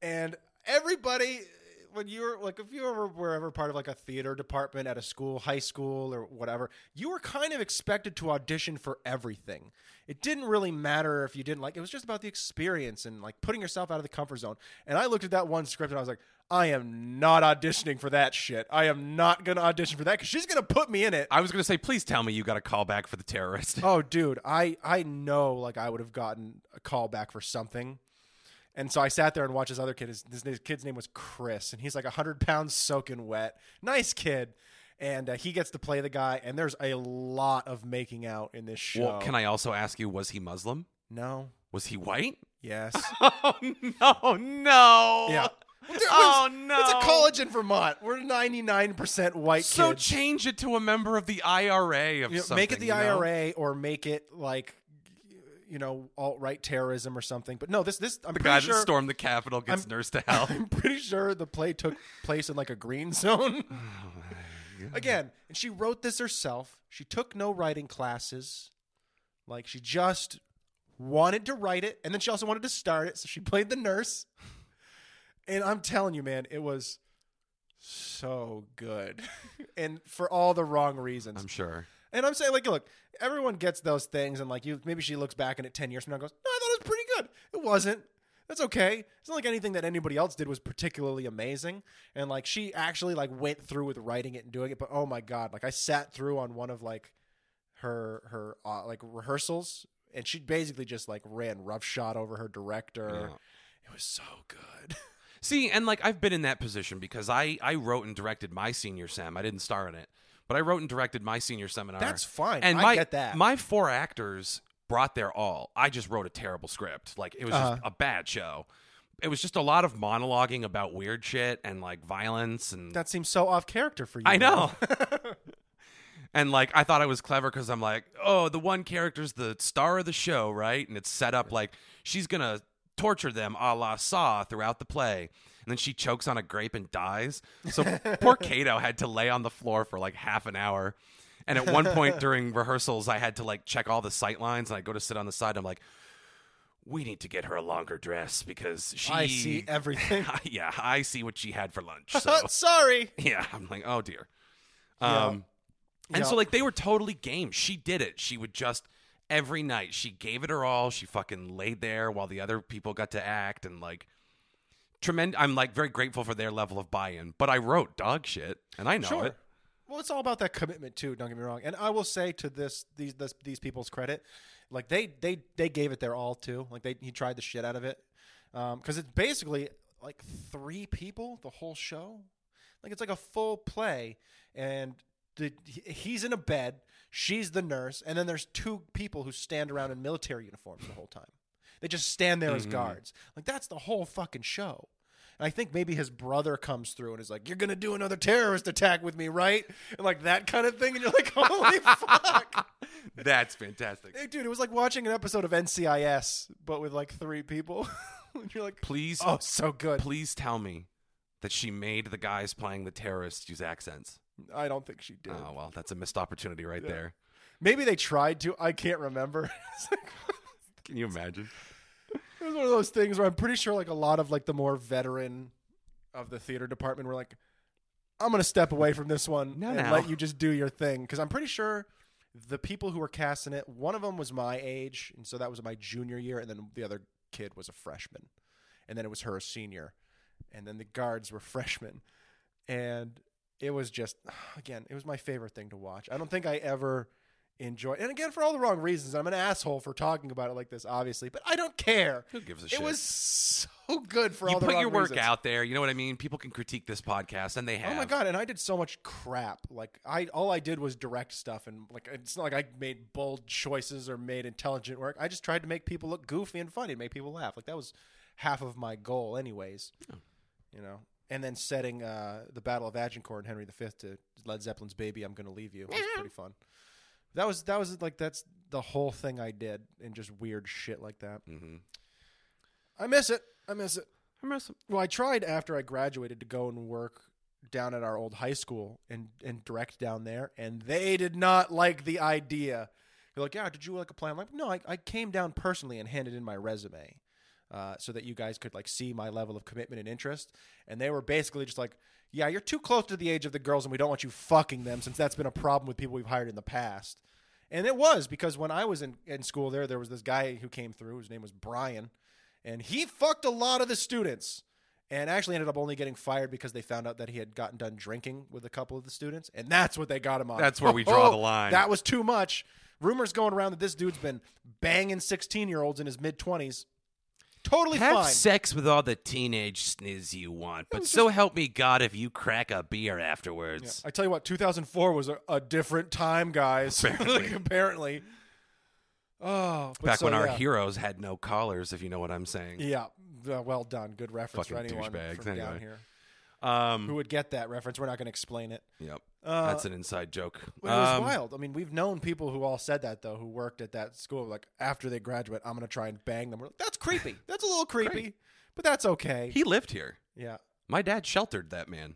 [SPEAKER 2] and everybody when you were like if you were were ever part of like a theater department at a school, high school or whatever, you were kind of expected to audition for everything. It didn't really matter if you didn't like it was just about the experience and like putting yourself out of the comfort zone. And I looked at that one script and I was like, I am not auditioning for that shit. I am not going to audition for that cuz she's going to put me in it.
[SPEAKER 1] I was going to say, please tell me you got a call back for the terrorist.
[SPEAKER 2] Oh, dude, I I know like I would have gotten a call back for something. And so I sat there and watched this other kid. His, this kid's name was Chris, and he's like 100 pounds soaking wet. Nice kid. And uh, he gets to play the guy, and there's a lot of making out in this show.
[SPEAKER 1] Well, can I also ask you, was he Muslim?
[SPEAKER 2] No.
[SPEAKER 1] Was he white?
[SPEAKER 2] Yes.
[SPEAKER 1] Oh no, no.
[SPEAKER 2] yeah. Well, dude,
[SPEAKER 1] Oh,
[SPEAKER 2] it's-
[SPEAKER 1] no.
[SPEAKER 2] It's a college in Vermont. We're 99% white
[SPEAKER 1] So
[SPEAKER 2] kids.
[SPEAKER 1] change it to a member of the IRA of
[SPEAKER 2] You know,
[SPEAKER 1] something.
[SPEAKER 2] make it the
[SPEAKER 1] you know?
[SPEAKER 2] IRA or make it like you know alt right terrorism or something. But no, this this I'm
[SPEAKER 1] The
[SPEAKER 2] pretty
[SPEAKER 1] guy
[SPEAKER 2] sure
[SPEAKER 1] that stormed the Capitol gets
[SPEAKER 2] I'm-
[SPEAKER 1] nursed to hell.
[SPEAKER 2] I'm pretty sure the play took place in like a green zone.
[SPEAKER 1] Oh,
[SPEAKER 2] Again, and she wrote this herself. She took no writing classes. Like she just wanted to write it and then she also wanted to start it, so she played the nurse. And I'm telling you, man, it was so good. and for all the wrong reasons.
[SPEAKER 1] I'm sure.
[SPEAKER 2] And I'm saying, like, look, everyone gets those things, and like, you maybe she looks back on it ten years from now and goes, "No, I thought it was pretty good. It wasn't. That's okay. It's not like anything that anybody else did was particularly amazing." And like, she actually like went through with writing it and doing it. But oh my god, like I sat through on one of like her her uh, like rehearsals, and she basically just like ran roughshod over her director.
[SPEAKER 1] Yeah.
[SPEAKER 2] It was so good.
[SPEAKER 1] See, and like I've been in that position because I I wrote and directed my senior sem. I didn't star in it, but I wrote and directed my senior seminar.
[SPEAKER 2] That's fine.
[SPEAKER 1] and
[SPEAKER 2] I
[SPEAKER 1] my,
[SPEAKER 2] get that.
[SPEAKER 1] My four actors brought their all. I just wrote a terrible script. Like it was
[SPEAKER 2] Uh-huh.
[SPEAKER 1] just a bad show. It was just a lot of monologuing about weird shit and like violence and
[SPEAKER 2] that seems so off character for you.
[SPEAKER 1] I
[SPEAKER 2] man.
[SPEAKER 1] know. and like I thought I was clever because I'm like, oh, the one character's the star of the show, right? And it's set up like she's gonna torture them a la Saw throughout the play. And then she chokes on a grape and dies. So poor Kato had to lay on the floor for like half an hour. And at one point during rehearsals, I had to like check all the sight lines and I go to sit on the side. And I'm like, we need to get her a longer dress because she.
[SPEAKER 2] I see everything.
[SPEAKER 1] yeah, I see what she had for lunch. So.
[SPEAKER 2] Sorry.
[SPEAKER 1] Yeah, I'm like, oh dear.
[SPEAKER 2] Yeah.
[SPEAKER 1] Um, and so
[SPEAKER 2] Yeah.
[SPEAKER 1] like they were totally game. She did it. She would just every night she gave it her all. She fucking laid there while the other people got to act and like tremendous. I'm like very grateful for their level of buy-in. But I wrote dog shit, and I know
[SPEAKER 2] sure.
[SPEAKER 1] it.
[SPEAKER 2] Well, it's all about that commitment too. Don't get me wrong. And I will say to this these this, these people's credit, like they they they gave it their all too. Like they he tried the shit out of it because it's basically like three people the whole show. Like it's like a full play, and the, he- he's in a bed. She's the nurse, and then there's two people who stand around in military uniforms the whole time. They just stand there as
[SPEAKER 1] Mhm.
[SPEAKER 2] guards. Like that's the whole fucking show. And I think maybe his brother comes through and is like, "You're gonna do another terrorist attack with me, right?" And like that kind of thing. And you're like, "Holy fuck,
[SPEAKER 1] That's fantastic.
[SPEAKER 2] Hey, dude!" It was like watching an episode of NCIS, but with like three people. and you're like,
[SPEAKER 1] Please,
[SPEAKER 2] "Oh, so good."
[SPEAKER 1] please tell me that she made the guys playing the terrorists use accents.
[SPEAKER 2] I don't think she did.
[SPEAKER 1] Oh well, that's a missed opportunity right
[SPEAKER 2] Yeah.
[SPEAKER 1] there.
[SPEAKER 2] Maybe they tried to. I can't remember. It's like,
[SPEAKER 1] Can you imagine?
[SPEAKER 2] it was one of those things where I'm pretty sure like a lot of like the more veteran of the theater department were like, I'm gonna step away from this one
[SPEAKER 1] No,
[SPEAKER 2] and
[SPEAKER 1] no.
[SPEAKER 2] let you just do your thing because I'm pretty sure the people who were casting it, one of them was my age, and so that was my junior year, and then the other kid was a freshman, and then it was her senior, and then the guards were freshmen, and it was just again, it was my favorite thing to watch. I don't think I ever enjoyed, and again for all the wrong reasons. I'm an asshole for talking about it like this, obviously, but I don't care.
[SPEAKER 1] Who gives a shit?
[SPEAKER 2] It was so good for
[SPEAKER 1] you
[SPEAKER 2] all the
[SPEAKER 1] put your
[SPEAKER 2] wrong
[SPEAKER 1] work
[SPEAKER 2] reasons.
[SPEAKER 1] out there. You know what I mean? People can critique this podcast, and they have.
[SPEAKER 2] Oh my god! And I did so much crap. Like I, all I did was direct stuff, and like it's not like I made bold choices or made intelligent work. I just tried to make people look goofy and funny, and make people laugh. Like that was half of my goal, anyways. You know, and then setting uh, the Battle of Agincourt and Henry V to Led Zeppelin's "Baby, I'm Gonna Leave You" was pretty fun. That was that was like that's the whole thing I did, and just weird shit like that.
[SPEAKER 1] Mhm.
[SPEAKER 2] I miss it. I miss it. Well, I tried after I graduated to go and work down at our old high school and and direct down there, and they did not like the idea. They're like, "Yeah, did you like apply?" I'm like, "No, I, I came down personally and handed in my resume." uh, so that you guys could like see my level of commitment and interest. And they were basically just like, "Yeah, you're too close to the age of the girls, and we don't want you fucking them, since that's been a problem with people we've hired in the past." And it was because when I was in, in school there, there was this guy who came through. His name was Brian, and he fucked a lot of the students. And actually ended up only getting fired because they found out that he had gotten done drinking with a couple of the students, and that's what they got him on.
[SPEAKER 1] That's where we draw the line.
[SPEAKER 2] That was too much. Rumors going around that this dude's been banging sixteen-year-olds in his mid-twenties. Totally
[SPEAKER 1] Have
[SPEAKER 2] fine.
[SPEAKER 1] sex with all the teenage sniz you want, but so help me God if you crack a beer afterwards.
[SPEAKER 2] I tell you what, 2004 was a, a different time, guys. Like, Apparently. Oh, but
[SPEAKER 1] Back
[SPEAKER 2] so,
[SPEAKER 1] when our
[SPEAKER 2] yeah.
[SPEAKER 1] heroes had no collars, if you know what I'm saying.
[SPEAKER 2] Yeah, Uh, well done. Good reference for
[SPEAKER 1] Fucking
[SPEAKER 2] anyone from
[SPEAKER 1] douchebags, anyway.
[SPEAKER 2] down here who
[SPEAKER 1] Um,
[SPEAKER 2] would get that reference. We're not going to explain it.
[SPEAKER 1] yep,
[SPEAKER 2] Uh,
[SPEAKER 1] that's an inside joke.
[SPEAKER 2] It was
[SPEAKER 1] Um,
[SPEAKER 2] wild. I mean, we've known people who all said that though, who worked at that school. Like after they graduate, I'm going to try and bang them. We're like, that's creepy. That's a little creepy,
[SPEAKER 1] Great.
[SPEAKER 2] but that's okay.
[SPEAKER 1] He lived here.
[SPEAKER 2] yeah.
[SPEAKER 1] My dad sheltered that man.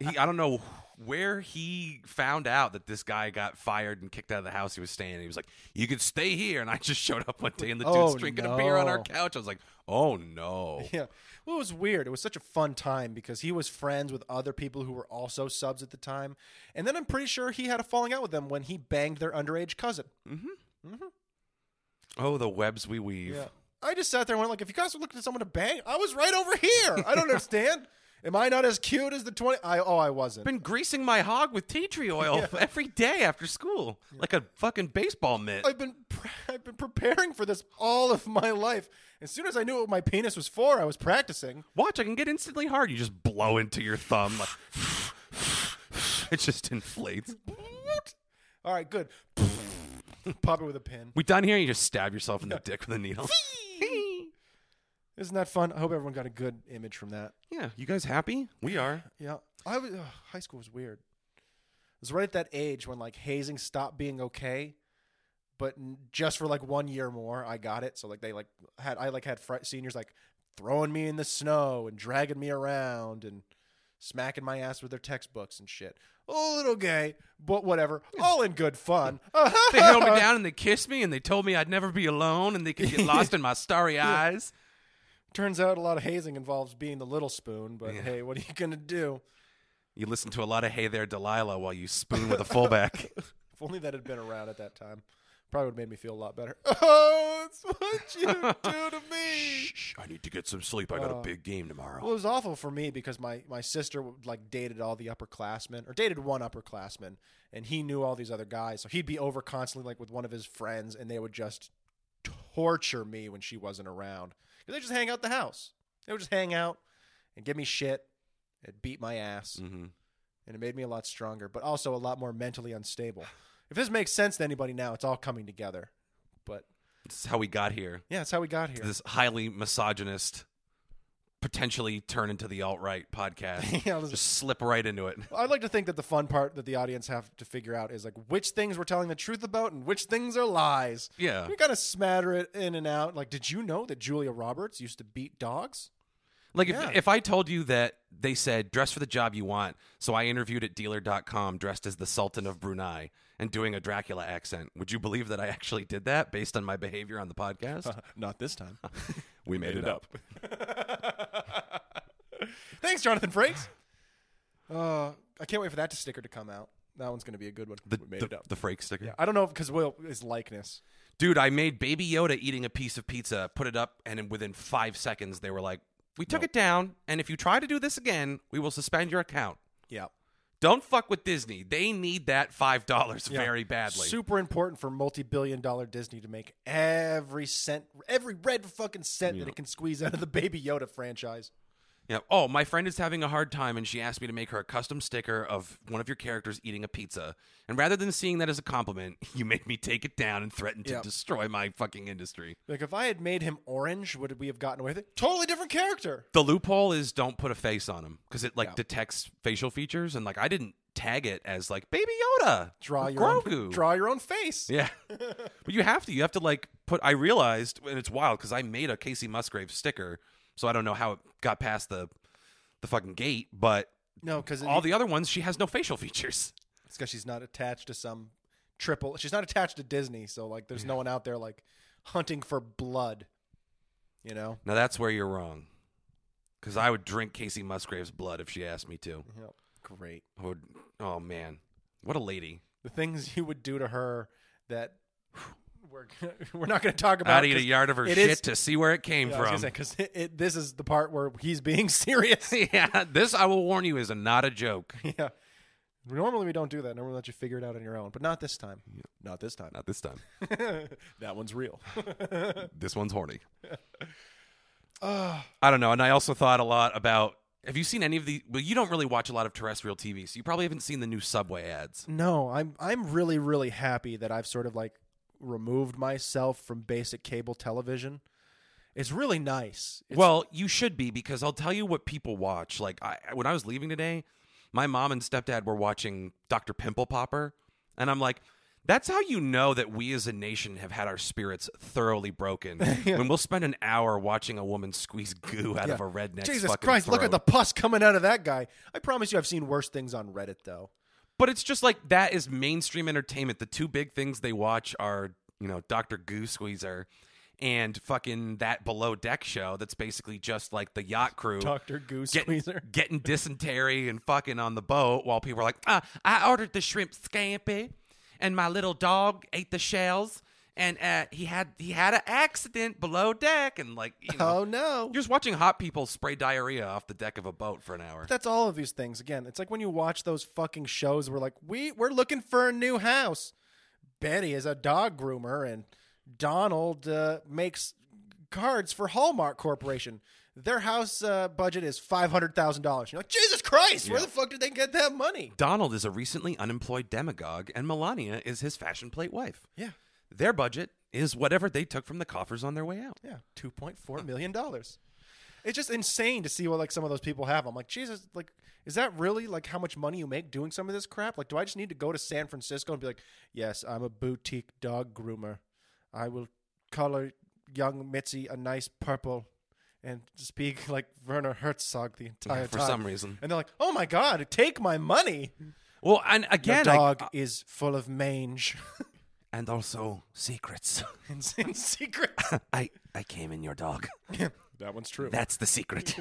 [SPEAKER 1] he, I don't know where he found out that this guy got fired and kicked out of the house he was staying. in. He was like, "You could stay here," and I just showed up one day and the dude's
[SPEAKER 2] Oh,
[SPEAKER 1] drinking a beer on our
[SPEAKER 2] no.
[SPEAKER 1] couch. I was like, "Oh no!"
[SPEAKER 2] Yeah. Well, it was weird. It was such a fun time because he was friends with other people who were also subs at the time. And then I'm pretty sure he had a falling out with them when he banged their underage cousin.
[SPEAKER 1] Oh, the webs we weave.
[SPEAKER 2] I just sat there and went like, if you guys were looking at someone to bang, I was right over here. I don't understand. Am I not as cute as the 20? I oh, I wasn't.
[SPEAKER 1] Been greasing my hog with tea tree oil every day after school, like a fucking baseball mitt.
[SPEAKER 2] I've been pre- I've been preparing for this all of my life. As soon as I knew what my penis was for, I was practicing.
[SPEAKER 1] Watch, I can get instantly hard. You just blow into your thumb. Like, it just inflates.
[SPEAKER 2] All right, good. Pop it with a pin.
[SPEAKER 1] We done here? You just stab yourself in the dick with a needle.
[SPEAKER 2] Isn't that fun? I hope everyone got a good image from that.
[SPEAKER 1] yeah, you guys happy? We are.
[SPEAKER 2] Yeah, I was. Ugh, high school was weird. It was right at that age when like hazing stopped being okay, but n- just for like one year more, I got it. So like they like had I like had fr- seniors like throwing me in the snow and dragging me around and smacking my ass with their textbooks and shit. A little gay, but whatever. All in good fun.
[SPEAKER 1] They held me down and they kissed me and they told me I'd never be alone and they could get lost in my starry eyes.
[SPEAKER 2] Turns out a lot of hazing involves being the little spoon, but hey, what are you gonna do?
[SPEAKER 1] You listen to a lot of Hey There Delilah while you spoon with a fullback.
[SPEAKER 2] If only that had been around at that time. Probably would have made me feel a lot better. Oh, it's what you do to me.
[SPEAKER 1] Shh, I need to get some sleep. I got a big game tomorrow.
[SPEAKER 2] Well, it was awful for me because my, my sister like dated all the upperclassmen or dated one upperclassman, and he knew all these other guys. So he'd be over constantly like with one of his friends, and they would just torture me when she wasn't around. 'Cause They just hang out the house. They would just hang out and give me shit and beat my ass,
[SPEAKER 1] Mhm.
[SPEAKER 2] and it made me a lot stronger, but also a lot more mentally unstable. If this makes sense to anybody now, it's all coming together. But
[SPEAKER 1] This is how we got here.
[SPEAKER 2] yeah, that's how we got here.
[SPEAKER 1] This highly misogynist, potentially turn into the alt right podcast.
[SPEAKER 2] Yeah, this-
[SPEAKER 1] Just slip right into it.
[SPEAKER 2] I'd like to think that the fun part that the audience have to figure out is like which things we're telling the truth about and which things are lies.
[SPEAKER 1] Yeah.
[SPEAKER 2] We kind of smatter it in and out. Like, did you know that Julia Roberts used to beat dogs?
[SPEAKER 1] Like
[SPEAKER 2] Yeah.
[SPEAKER 1] if, if I told you that they said dress for the job you want, so I interviewed at dealer.com dressed as the Sultan of Brunei and doing a Dracula accent, would you believe that I actually did that based on my behavior on the podcast?
[SPEAKER 2] Not this time.
[SPEAKER 1] we made, it up.
[SPEAKER 2] Thanks, Jonathan Frakes. Uh, I can't wait for that to sticker to come out. That one's going to be a good one.
[SPEAKER 1] The,
[SPEAKER 2] we made
[SPEAKER 1] the,
[SPEAKER 2] it up.
[SPEAKER 1] the Frake sticker.
[SPEAKER 2] I don't know because Will is likeness.
[SPEAKER 1] Dude, I made Baby Yoda eating a piece of pizza, put it up, and then within five seconds, they were like, We took it down, and if you try to do this again, we will suspend your account.
[SPEAKER 2] Yeah.
[SPEAKER 1] Don't fuck with Disney. They need that $5 very badly.
[SPEAKER 2] Super important for multi-billion dollar Disney to make every cent, every red fucking cent that it can squeeze out of the Baby Yoda franchise.
[SPEAKER 1] Yeah. Oh, my friend is having a hard time, and she asked me to make her a custom sticker of one of your characters eating a pizza. And rather than seeing that as a compliment, you made me take it down and threaten to
[SPEAKER 2] Yep.
[SPEAKER 1] destroy my fucking industry.
[SPEAKER 2] Like if I had made him orange, would we have gotten away with it? Totally different character.
[SPEAKER 1] The loophole is don't put a face on him because it like
[SPEAKER 2] Yeah.
[SPEAKER 1] detects facial features, and like I didn't tag it as like Baby Yoda,
[SPEAKER 2] Draw
[SPEAKER 1] or
[SPEAKER 2] your
[SPEAKER 1] Grogu.
[SPEAKER 2] own, draw your own face.
[SPEAKER 1] Yeah. but you have to. You have to like put I realized and it's wild cuz I made a Casey Musgrave sticker, so I don't know how it got past the the fucking gate, but
[SPEAKER 2] No, because
[SPEAKER 1] all the other ones she has no facial features.
[SPEAKER 2] it's because she's not attached to some triple. She's not attached to Disney, so like there's no one out there like hunting for blood. You know,
[SPEAKER 1] Now that's where you're wrong. Because I would drink Casey Musgrave's blood if she asked me to.
[SPEAKER 2] Yep. great.
[SPEAKER 1] I would, oh man, what a lady!
[SPEAKER 2] The things you would do to her that we're gonna, we're not going to talk about.
[SPEAKER 1] I'd eat a
[SPEAKER 2] 'cause-
[SPEAKER 1] yard of her
[SPEAKER 2] it
[SPEAKER 1] shit
[SPEAKER 2] is-
[SPEAKER 1] to see where it came
[SPEAKER 2] yeah, I was
[SPEAKER 1] from.
[SPEAKER 2] gonna say, 'cause it, it, this is the part where he's being serious.
[SPEAKER 1] yeah, this I will warn you is a, not a joke.
[SPEAKER 2] yeah. Normally we don't do that. Normally we let you figure it out on your own, but not this time. Not this time.
[SPEAKER 1] Not this time.
[SPEAKER 2] that one's real.
[SPEAKER 1] this one's horny.
[SPEAKER 2] Ah.
[SPEAKER 1] I don't know. And I also thought a lot about. Have you seen any of the? Well, you don't really watch a lot of terrestrial TV, so you probably haven't seen the new Subway ads.
[SPEAKER 2] no, I'm I'm really really happy that I've sort of like removed myself from basic cable television. It's really nice. It's-
[SPEAKER 1] well, you should be because I'll tell you what people watch. Like I, when I was leaving today, my mom and stepdad were watching Dr. Pimple Popper, and I'm like, that's how you know that we as a nation have had our spirits thoroughly broken when we'll spend an hour watching a woman squeeze goo out of a redneck.
[SPEAKER 2] Jesus Christ, look at the pus coming out of that guy. I promise you I've seen worse things on Reddit though.
[SPEAKER 1] But it's just like that is mainstream entertainment. The two big things they watch are, you know, Dr. Goo Squeezer and fucking that below deck show that's basically just like the yacht crew
[SPEAKER 2] Dr. Goose
[SPEAKER 1] get-
[SPEAKER 2] Squeezer.
[SPEAKER 1] getting dysentery and fucking on the boat while people are like, ah, I ordered the shrimp scampi and my little dog ate the shells and uh, he had he had an accident below deck and like you know
[SPEAKER 2] Oh no.
[SPEAKER 1] you're just watching hot people spray diarrhea off the deck of a boat for an hour.
[SPEAKER 2] That's all of these things. Again, it's like when you watch those fucking shows where like we we're looking for a new house. Betty is a dog groomer, and Donald uh, makes cards for Hallmark Corporation. Their house uh, budget is five hundred thousand dollars. You're like, Jesus Christ, where the fuck did they get that money?
[SPEAKER 1] Donald is a recently unemployed demagogue, and Melania is his fashion plate wife.
[SPEAKER 2] Yeah,
[SPEAKER 1] Their budget is whatever they took from the coffers on their way out.
[SPEAKER 2] yeah, two point four million dollars. It's just insane to see what like some of those people have. I'm like, Jesus, like, is that really like how much money you make doing some of this crap? Like, do I just need to go to San Francisco and be like, yes, I'm a boutique dog groomer. I will color young Mitzi a nice purple and speak like Werner Herzog the entire
[SPEAKER 1] for
[SPEAKER 2] time.
[SPEAKER 1] some reason.
[SPEAKER 2] And they're like, oh my God, take my money.
[SPEAKER 1] Well, and
[SPEAKER 2] Your
[SPEAKER 1] again, I-
[SPEAKER 2] dog is full of mange
[SPEAKER 1] and also secrets.
[SPEAKER 2] and, and secrets.
[SPEAKER 1] I I came in your dog.
[SPEAKER 2] that one's true.
[SPEAKER 1] That's the secret.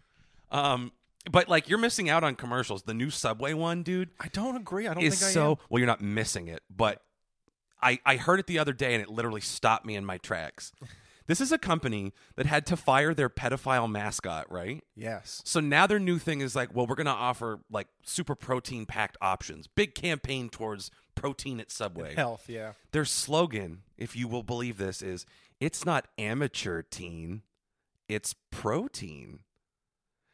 [SPEAKER 1] um, but like you're missing out on commercials. The new Subway one, dude,
[SPEAKER 2] I don't agree. I don't
[SPEAKER 1] is
[SPEAKER 2] think I
[SPEAKER 1] so
[SPEAKER 2] am.
[SPEAKER 1] well. You're not missing it, but I I heard it the other day, and it literally stopped me in my tracks. This is a company that had to fire their pedophile mascot, right?
[SPEAKER 2] Yes.
[SPEAKER 1] So now their new thing is like, well, we're going to offer like super protein packed options. Big campaign towards protein at Subway.
[SPEAKER 2] Health, yeah.
[SPEAKER 1] Their slogan, if you will believe this, is it's not amateur teen, it's protein.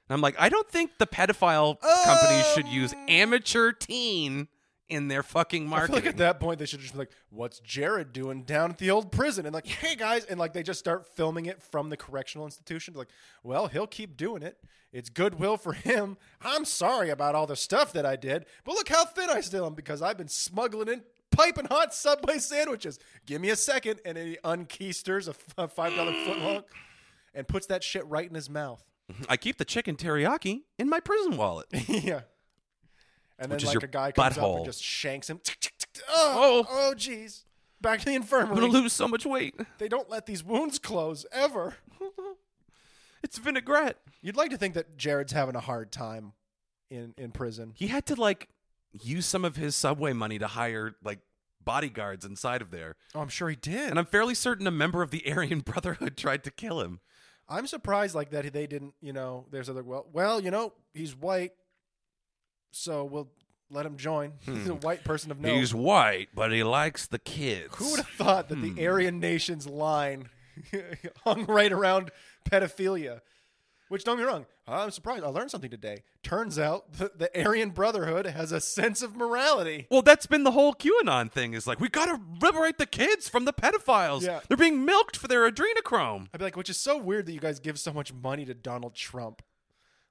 [SPEAKER 1] And I'm like, I don't think the pedophile companies should use amateur teen in their fucking
[SPEAKER 2] Oh, I feel like
[SPEAKER 1] marketing.
[SPEAKER 2] at that point they should just be like, "What's Jared doing down at the old prison?" And like, "Hey guys," and like they just start filming it from the correctional institution. Like, well, he'll keep doing it. It's goodwill for him. I'm sorry about all the stuff that I did, but look how thin I still am because I've been smuggling in piping hot Subway sandwiches. Give me a second, and then he unkeisters a f- a five dollar footlong and puts that shit right in his mouth.
[SPEAKER 1] I keep the chicken teriyaki in my prison wallet.
[SPEAKER 2] yeah. And then
[SPEAKER 1] Which is
[SPEAKER 2] like
[SPEAKER 1] your
[SPEAKER 2] a guy comes up
[SPEAKER 1] butthole.
[SPEAKER 2] and just shanks him. Oh,
[SPEAKER 1] Oh.
[SPEAKER 2] oh, jeez. Back to the
[SPEAKER 1] I'm going to
[SPEAKER 2] infirmary.
[SPEAKER 1] lose so much weight.
[SPEAKER 2] They don't let these wounds close ever.
[SPEAKER 1] It's vinaigrette.
[SPEAKER 2] You'd like to think that Jared's having a hard time in in prison.
[SPEAKER 1] he had to like use some of his subway money to hire like bodyguards inside of there
[SPEAKER 2] Oh, I'm sure he did.
[SPEAKER 1] and i'm fairly certain a member of the aryan brotherhood tried to kill him
[SPEAKER 2] I'm surprised like that they didn't. You know, there's other well, well, you know, he's white, so we'll let him join. Hmm. He's a white person of note.
[SPEAKER 1] white but he likes the kids
[SPEAKER 2] Who would have thought that the Aryan Nation's line hung right around pedophilia? Which don't get me wrong, I'm surprised. I learned something today. Turns out the, the Aryan Brotherhood has a sense of morality.
[SPEAKER 1] well that's been the whole qanon thing is like we gotta liberate the kids from the pedophiles
[SPEAKER 2] Yeah.
[SPEAKER 1] they're being milked for their adrenochrome
[SPEAKER 2] I'd be like, which is so weird that you guys give so much money to Donald Trump,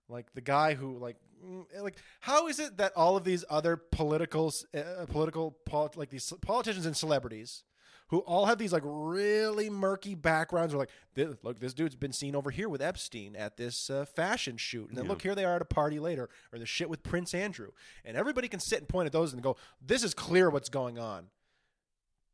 [SPEAKER 2] like the guy who like. mm, Like, how is it that all of these other political, uh, political, polit- like these politicians and celebrities, who all have these like really murky backgrounds, are like, this, look, this dude's been seen over here with Epstein at this uh, fashion shoot, and then look here they are at a party later, or the shit with Prince Andrew, and everybody can sit and point at those and go, this is clear what's going on.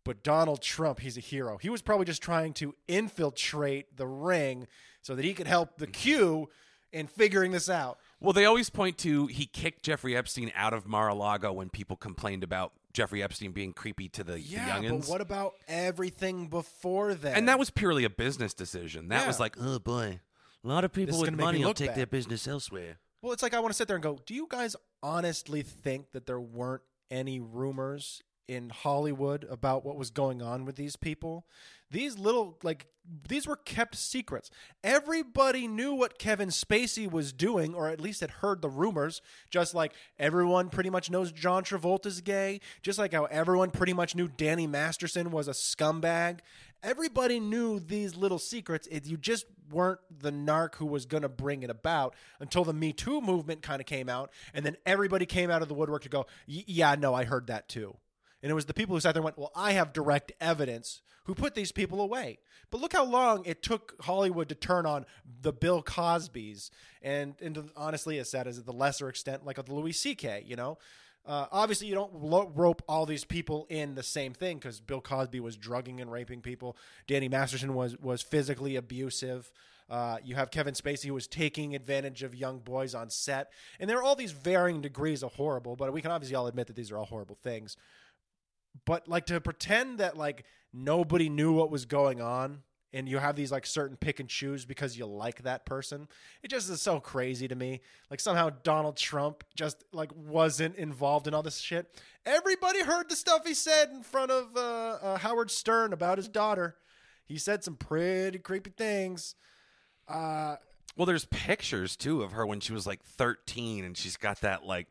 [SPEAKER 2] But Donald Trump, he's a hero. He was probably just trying to infiltrate the ring so that he could help
[SPEAKER 1] Mm-hmm.
[SPEAKER 2] the Q in figuring this out.
[SPEAKER 1] Well, they always point to he kicked Jeffrey Epstein out of Mar-a-Lago when people complained about Jeffrey Epstein being creepy to the,
[SPEAKER 2] Yeah,
[SPEAKER 1] the
[SPEAKER 2] but
[SPEAKER 1] youngins.
[SPEAKER 2] what about everything before that?
[SPEAKER 1] and that was purely a business decision. That
[SPEAKER 2] Yeah.
[SPEAKER 1] was like, oh boy, a lot of
[SPEAKER 2] This
[SPEAKER 1] people
[SPEAKER 2] is
[SPEAKER 1] with
[SPEAKER 2] gonna make me
[SPEAKER 1] money will
[SPEAKER 2] look
[SPEAKER 1] take
[SPEAKER 2] bad."
[SPEAKER 1] their business elsewhere.
[SPEAKER 2] Well, it's like I want to sit there and go, do you guys honestly think that there weren't any rumors in Hollywood about what was going on with these people? These little, like, these were kept secrets. Everybody knew what Kevin Spacey was doing, or at least had heard the rumors, just like everyone pretty much knows John Travolta's gay, just like how everyone pretty much knew Danny Masterson was a scumbag. Everybody knew these little secrets. It, you just weren't the narc who was going to bring it about until the Me Too movement kind of came out. And then everybody came out of the woodwork to go, "Y- yeah, no, I heard that too. And it was the people who sat there and went, well, I have direct evidence who put these people away. But look how long it took Hollywood to turn on the Bill Cosbys and, and honestly, as sad as the lesser extent, like the Louis C.K., you know? Uh, obviously, you don't lo- rope all these people in the same thing because Bill Cosby was drugging and raping people. Danny Masterson was was physically abusive. Uh, you have Kevin Spacey who was taking advantage of young boys on set, and there are all these varying degrees of horrible. But we can obviously all admit that these are all horrible things. But like to pretend that like nobody knew what was going on, and you have these like certain pick and choose because you like that person, it just is so crazy to me. Like somehow Donald Trump just like wasn't involved in all this shit. Everybody heard the stuff he said in front of uh, uh, Howard Stern about his daughter. He said some pretty creepy things. Uh,
[SPEAKER 1] Well, there's pictures too of her when she was like 13, and she's got that like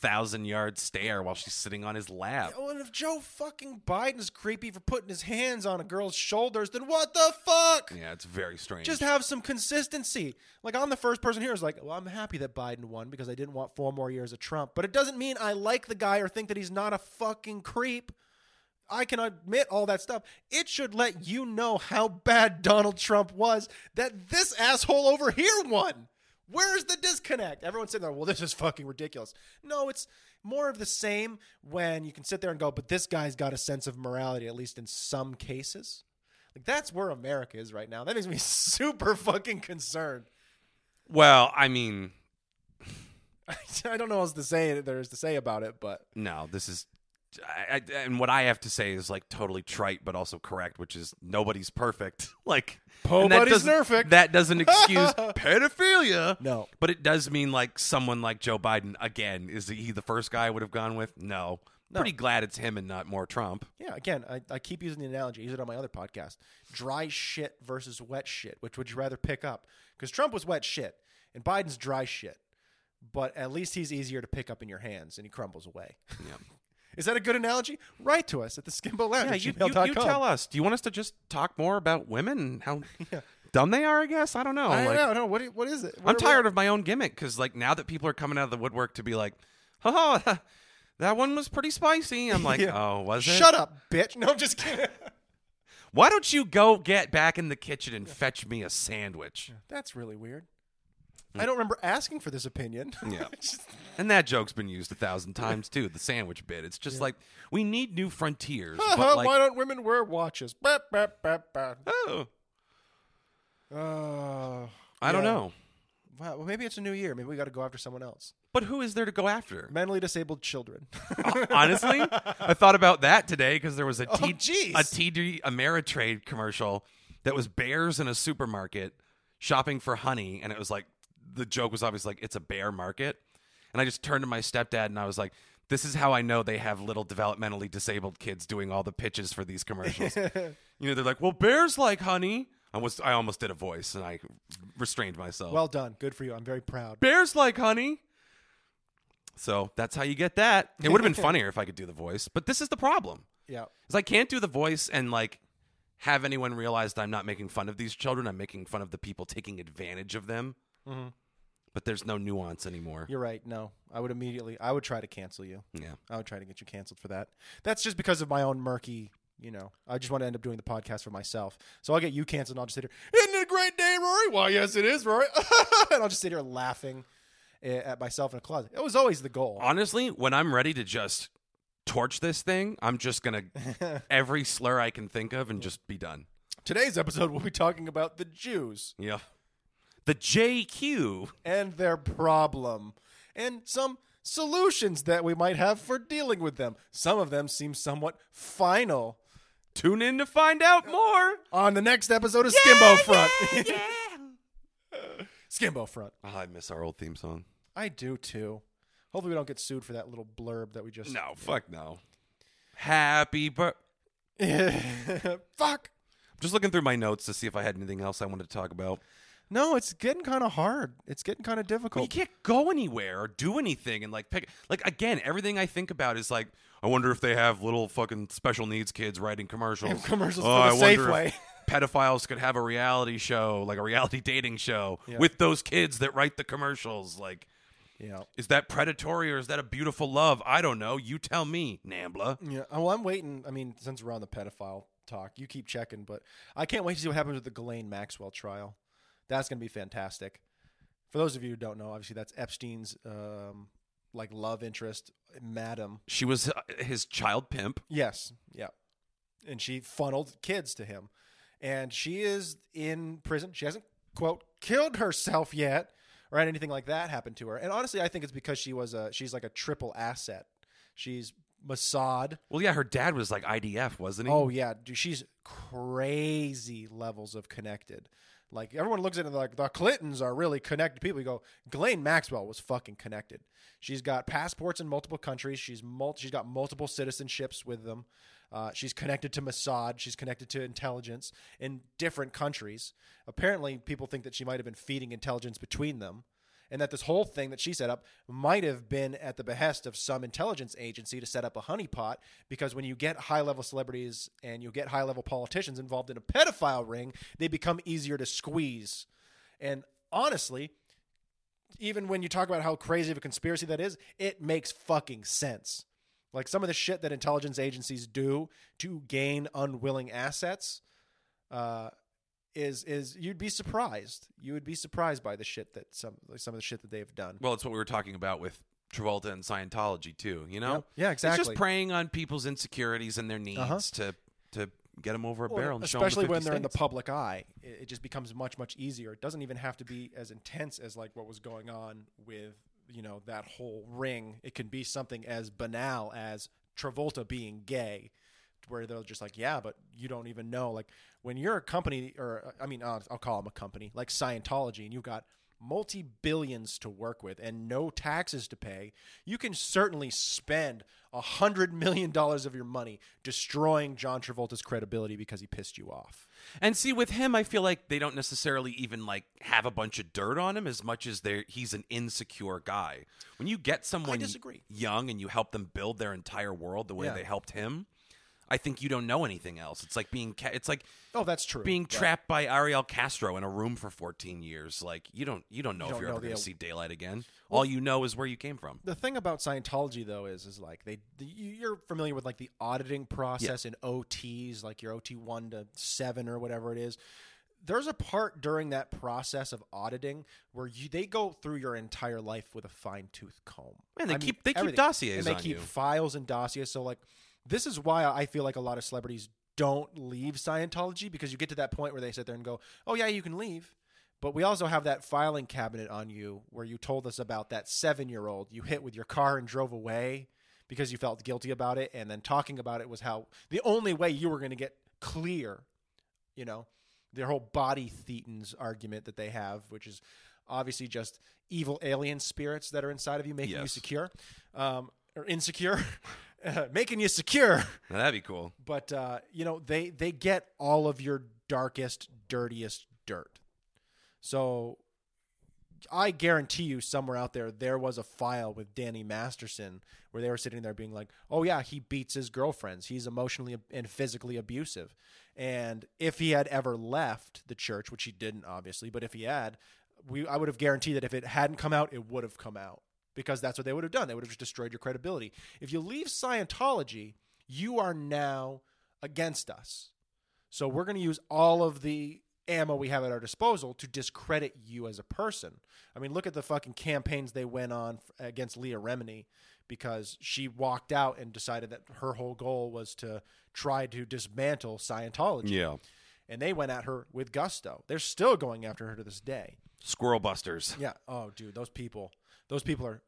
[SPEAKER 1] thousand yard stare while she's sitting on his lap.
[SPEAKER 2] oh, and if Joe fucking Biden's creepy for putting his hands on a girl's shoulders, then what the fuck?
[SPEAKER 1] Yeah, it's very strange.
[SPEAKER 2] Just have some consistency. Like I'm the first person here who's like, well, I'm happy that Biden won because I didn't want four more years of Trump. But it doesn't mean I like the guy or think that he's not a fucking creep. I can admit all that stuff. It should let you know how bad Donald Trump was that this asshole over here won. Where is the disconnect? Everyone's sitting there, well, this is fucking ridiculous. No, it's more of the same when you can sit there and go, but this guy's got a sense of morality, at least in some cases. Like that's where America is right now. That makes me super fucking concerned.
[SPEAKER 1] well, I mean,
[SPEAKER 2] I don't know what else to say there is to say about it, but
[SPEAKER 1] no, this is. I, I, and what I have to say is like totally trite, but also correct, which is nobody's perfect. Like and that
[SPEAKER 2] Nobody's
[SPEAKER 1] doesn't-
[SPEAKER 2] perfect.
[SPEAKER 1] That doesn't excuse pedophilia.
[SPEAKER 2] no.
[SPEAKER 1] But it does mean like someone like Joe Biden again. Is he the first guy I would have gone with? No. Pretty glad it's him and not more Trump.
[SPEAKER 2] Yeah, again, I, I keep using the analogy. I use it on my other podcast. Dry shit versus wet shit. Which would you rather pick up? Because Trump was wet shit and Biden's dry shit. But at least he's easier to pick up in your hands and he crumbles away.
[SPEAKER 1] Yeah.
[SPEAKER 2] Is that a good analogy? Write to us at the Skimbo Lounge.
[SPEAKER 1] Yeah,
[SPEAKER 2] at
[SPEAKER 1] you, you,
[SPEAKER 2] gmail.com.
[SPEAKER 1] you tell us. Do you want us to just talk more about women and how dumb they are? I guess I don't know.
[SPEAKER 2] I
[SPEAKER 1] like,
[SPEAKER 2] don't know. What, i- what is it?
[SPEAKER 1] I'm tired of my own gimmick because like now that people are coming out of the woodwork to be like, oh, that one was pretty spicy. I'm like,
[SPEAKER 2] Yeah.
[SPEAKER 1] oh, was it?
[SPEAKER 2] Shut up, bitch. No, I'm just kidding.
[SPEAKER 1] Why don't you go get back in the kitchen and fetch me a sandwich?
[SPEAKER 2] That's really weird. I don't remember asking for this opinion.
[SPEAKER 1] Yeah.
[SPEAKER 2] Just-
[SPEAKER 1] And that joke's been used a thousand times too. The sandwich bit. It's just like we need new frontiers. but like,
[SPEAKER 2] "Oh, Why don't women wear watches? Bah, bah, bah, bah.
[SPEAKER 1] oh,
[SPEAKER 2] Oh,
[SPEAKER 1] I don't
[SPEAKER 2] yeah.
[SPEAKER 1] know.
[SPEAKER 2] Wow, well, maybe it's a new year. Maybe we got to go after someone else.
[SPEAKER 1] But who is there to go after?
[SPEAKER 2] Mentally disabled children.
[SPEAKER 1] Honestly, I thought about that today because there was a T-
[SPEAKER 2] jeez.
[SPEAKER 1] a TD Ameritrade commercial that was bears in a supermarket shopping for honey, and it was like the joke was obviously like it's a bear market, and I just turned to my stepdad and I was like, "This is how I know they have little developmentally disabled kids doing all the pitches for these commercials." you know, they're like, "Well, bears like honey." I was I almost did a voice and I restrained myself.
[SPEAKER 2] well done. Good for you. I'm very proud.
[SPEAKER 1] Bears like honey. So that's how you get that. It would have been funnier if I could do the voice, but this is the problem.
[SPEAKER 2] Yeah.
[SPEAKER 1] Is I can't do the voice and like have anyone realize that I'm not making fun of these children. I'm making fun of the people taking advantage of them. But there's no nuance anymore.
[SPEAKER 2] You're right. No, I would immediately. I would try to cancel you.
[SPEAKER 1] yeah.
[SPEAKER 2] I would try to get you canceled for that. That's just because of my own murky. You know, I just want to end up doing the podcast for myself. So I'll get you canceled and I'll just sit here. Isn't it a great day, Rory? Why, yes, it is, Rory. and I'll just sit here laughing eh, at myself in a closet. It was always the goal.
[SPEAKER 1] Honestly, when I'm ready to just torch this thing. I'm just gonna every slur I can think of and just be done.
[SPEAKER 2] Today's episode, we'll be talking about the Jews
[SPEAKER 1] Yeah. The JQ.
[SPEAKER 2] and their problem and some solutions that we might have for dealing with them. Some of them seem somewhat final.
[SPEAKER 1] Tune in to find out more.
[SPEAKER 2] On the next episode of Skimbo Front. Skimbo Front.
[SPEAKER 1] Oh, I miss our old theme song.
[SPEAKER 2] I do too. Hopefully, we don't get sued for that little blurb that we just.
[SPEAKER 1] No, fuck no. Happy birth.
[SPEAKER 2] Fuck.
[SPEAKER 1] Just looking through my notes to see if I had anything else I wanted to talk about.
[SPEAKER 2] No, it's getting kind of hard. It's getting kind of
[SPEAKER 1] You
[SPEAKER 2] difficult.
[SPEAKER 1] can't go anywhere or do anything and like pick like again, everything I think about is like I wonder if they have little fucking special needs kids writing commercials.
[SPEAKER 2] commercials
[SPEAKER 1] Oh,
[SPEAKER 2] for the
[SPEAKER 1] I wonder
[SPEAKER 2] Safeway.
[SPEAKER 1] if pedophiles could have a reality show, like a reality dating show with those kids that write the commercials. Like
[SPEAKER 2] yeah.
[SPEAKER 1] is that predatory or is that a beautiful love? I don't know. You tell me, Nambla.
[SPEAKER 2] Yeah. Oh, Well, I'm waiting. I mean, since we're on the pedophile talk, you keep checking, but I can't wait to see what happens with the Ghislaine Maxwell trial. That's going to be fantastic. For those of you who don't know, obviously that's Epstein's um, like love interest, madam.
[SPEAKER 1] She was uh, his child pimp.
[SPEAKER 2] Yes. Yeah. And she funneled kids to him. And she is in prison. She hasn't, quote, killed herself yet or had anything like that happen to her. And honestly, I think it's because she was a she's like a triple asset. She's Mossad.
[SPEAKER 1] Well, yeah, her dad was like IDF, wasn't he?
[SPEAKER 2] Oh yeah, dude, she's crazy levels of connected. Like everyone looks at it like the Clintons are really connected people. You go, Ghislaine Maxwell was fucking connected. She's got passports in multiple countries. She's mul- She's got multiple citizenships with them. Uh, she's connected to Mossad. She's connected to intelligence in different countries. Apparently, people think that she might have been feeding intelligence between them, and that this whole thing that she set up might have been at the behest of some intelligence agency to set up a honeypot. Because when you get high level celebrities and you get high level politicians involved in a pedophile ring, they become easier to squeeze. And honestly, even when you talk about how crazy of a conspiracy that is, it makes fucking sense. Like some of the shit that intelligence agencies do to gain unwilling assets uh, is is you'd be surprised. You would be surprised by the shit that some like some of the shit that they've done.
[SPEAKER 1] Well, it's what we were talking about with Travolta and Scientology too. You know,
[SPEAKER 2] Yep. Yeah,
[SPEAKER 1] It's
[SPEAKER 2] exactly.
[SPEAKER 1] just preying on people's insecurities and their needs
[SPEAKER 2] Uh-huh.
[SPEAKER 1] to to get them over a
[SPEAKER 2] Well,
[SPEAKER 1] barrel, and show 'em the
[SPEAKER 2] especially when
[SPEAKER 1] 50
[SPEAKER 2] they're in the
[SPEAKER 1] states.
[SPEAKER 2] public eye, it, it just becomes much much easier. It doesn't even have to be as intense as like what was going on with you know that whole ring. It can be something as banal as Travolta being gay, where they're just like, yeah, but you don't even know. Like when you're a company, or I mean, uh, I'll call them a company, like Scientology, and you've got multi billions to work with and no taxes to pay, you can certainly spend a hundred million dollars of your money destroying John Travolta's credibility because he pissed you off.
[SPEAKER 1] And see, with him, I feel like they don't necessarily even like have a bunch of dirt on him as much as they he's an insecure guy. When you get someone
[SPEAKER 2] disagree.
[SPEAKER 1] young and you help them build their entire world the way
[SPEAKER 2] Yeah.
[SPEAKER 1] they helped him, I think you don't know anything else. It's like being ca- it's like
[SPEAKER 2] Oh, that's true.
[SPEAKER 1] being
[SPEAKER 2] Right.
[SPEAKER 1] trapped by Ariel Castro in a room for 14 years. Like you don't you don't know
[SPEAKER 2] don't
[SPEAKER 1] if you're
[SPEAKER 2] know
[SPEAKER 1] ever going
[SPEAKER 2] the-
[SPEAKER 1] to see daylight again. All you know is where you came from.
[SPEAKER 2] The thing about Scientology though is is like they the, you- you're familiar with like the auditing process in OTs like your OT 1 to 7 or whatever it is. There's a part during that process of auditing where you they go through your entire life with a fine tooth comb.
[SPEAKER 1] Man, they
[SPEAKER 2] I mean,
[SPEAKER 1] keep- they keep
[SPEAKER 2] everything.
[SPEAKER 1] dossiers
[SPEAKER 2] and they
[SPEAKER 1] on
[SPEAKER 2] keep
[SPEAKER 1] you.
[SPEAKER 2] files and dossiers. So like this is why I feel like a lot of celebrities don't leave Scientology because you get to that point where they sit there and go, "Oh yeah, you can leave." But we also have that filing cabinet on you where you told us about that 7-year-old you hit with your car and drove away because you felt guilty about it and then talking about it was how the only way you were going to get clear, you know, their whole body thetans argument that they have, which is obviously just evil alien spirits that are inside of you making you
[SPEAKER 1] Yes.
[SPEAKER 2] secure um, or insecure, uh, making you secure.
[SPEAKER 1] Now, that'd be cool.
[SPEAKER 2] But uh, you know they they get all of your darkest, dirtiest dirt. So I guarantee you, somewhere out there, there was a file with Danny Masterson where they were sitting there being like, "Oh yeah, he beats his girlfriends. He's emotionally and physically abusive." And if he had ever left the church, which he didn't obviously, but if he had, we I would have guaranteed that if it hadn't come out, it would have come out because that's what they would have done. They would have just destroyed your credibility. If you leave Scientology, you are now against us. So we're going to use all of the ammo we have at our disposal to discredit you as a person. I mean, look at the fucking campaigns they went on f- against Leah Remini because she walked out and decided that her whole goal was to try to dismantle Scientology.
[SPEAKER 1] Yeah.
[SPEAKER 2] And they went at her with gusto. They're still going after her to this day.
[SPEAKER 1] Squirrel Busters.
[SPEAKER 2] Yeah. Oh, dude, those people, those people are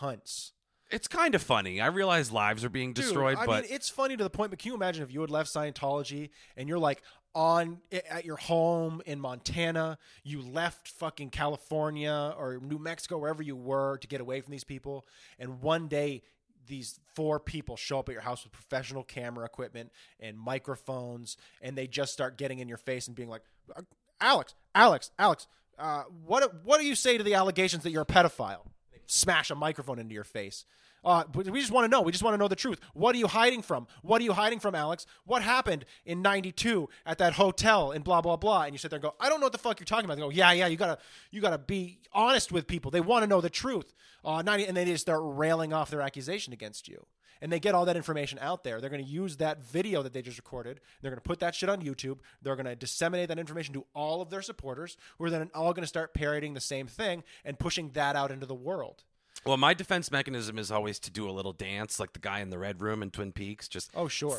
[SPEAKER 2] cunts.
[SPEAKER 1] It's kind of funny. I realize lives are being
[SPEAKER 2] Dude,
[SPEAKER 1] destroyed,
[SPEAKER 2] I
[SPEAKER 1] but
[SPEAKER 2] mean, it's funny to the point. But can you imagine if you had left Scientology and you're like on at your home in Montana, you left fucking California or New Mexico, wherever you were, to get away from these people, and one day these four people show up at your house with professional camera equipment and microphones, and they just start getting in your face and being like, "Uh, "Alex, Alex, Alex, uh, what what do you say to the allegations that you're a pedophile?" They smash a microphone into your face. Uh, but we just want to know. We just want to know the truth. What are you hiding from? What are you hiding from, Alex? What happened in '92 at that hotel and blah blah blah? And you sit there and go, I don't know what the fuck you're talking about. They go, Yeah, yeah. You gotta, you gotta be honest with people. They want to know the truth. Uh, 90, and then they just start railing off their accusation against you. And they get all that information out there. They're going to use that video that they just recorded. They're going to put that shit on YouTube. They're going to disseminate that information to all of their supporters, who are then all going to start parroting the same thing and pushing that out into the world.
[SPEAKER 1] well, my defense mechanism is always to do a little dance, like the guy in the red room in Twin Peaks. Just
[SPEAKER 2] Oh, sure.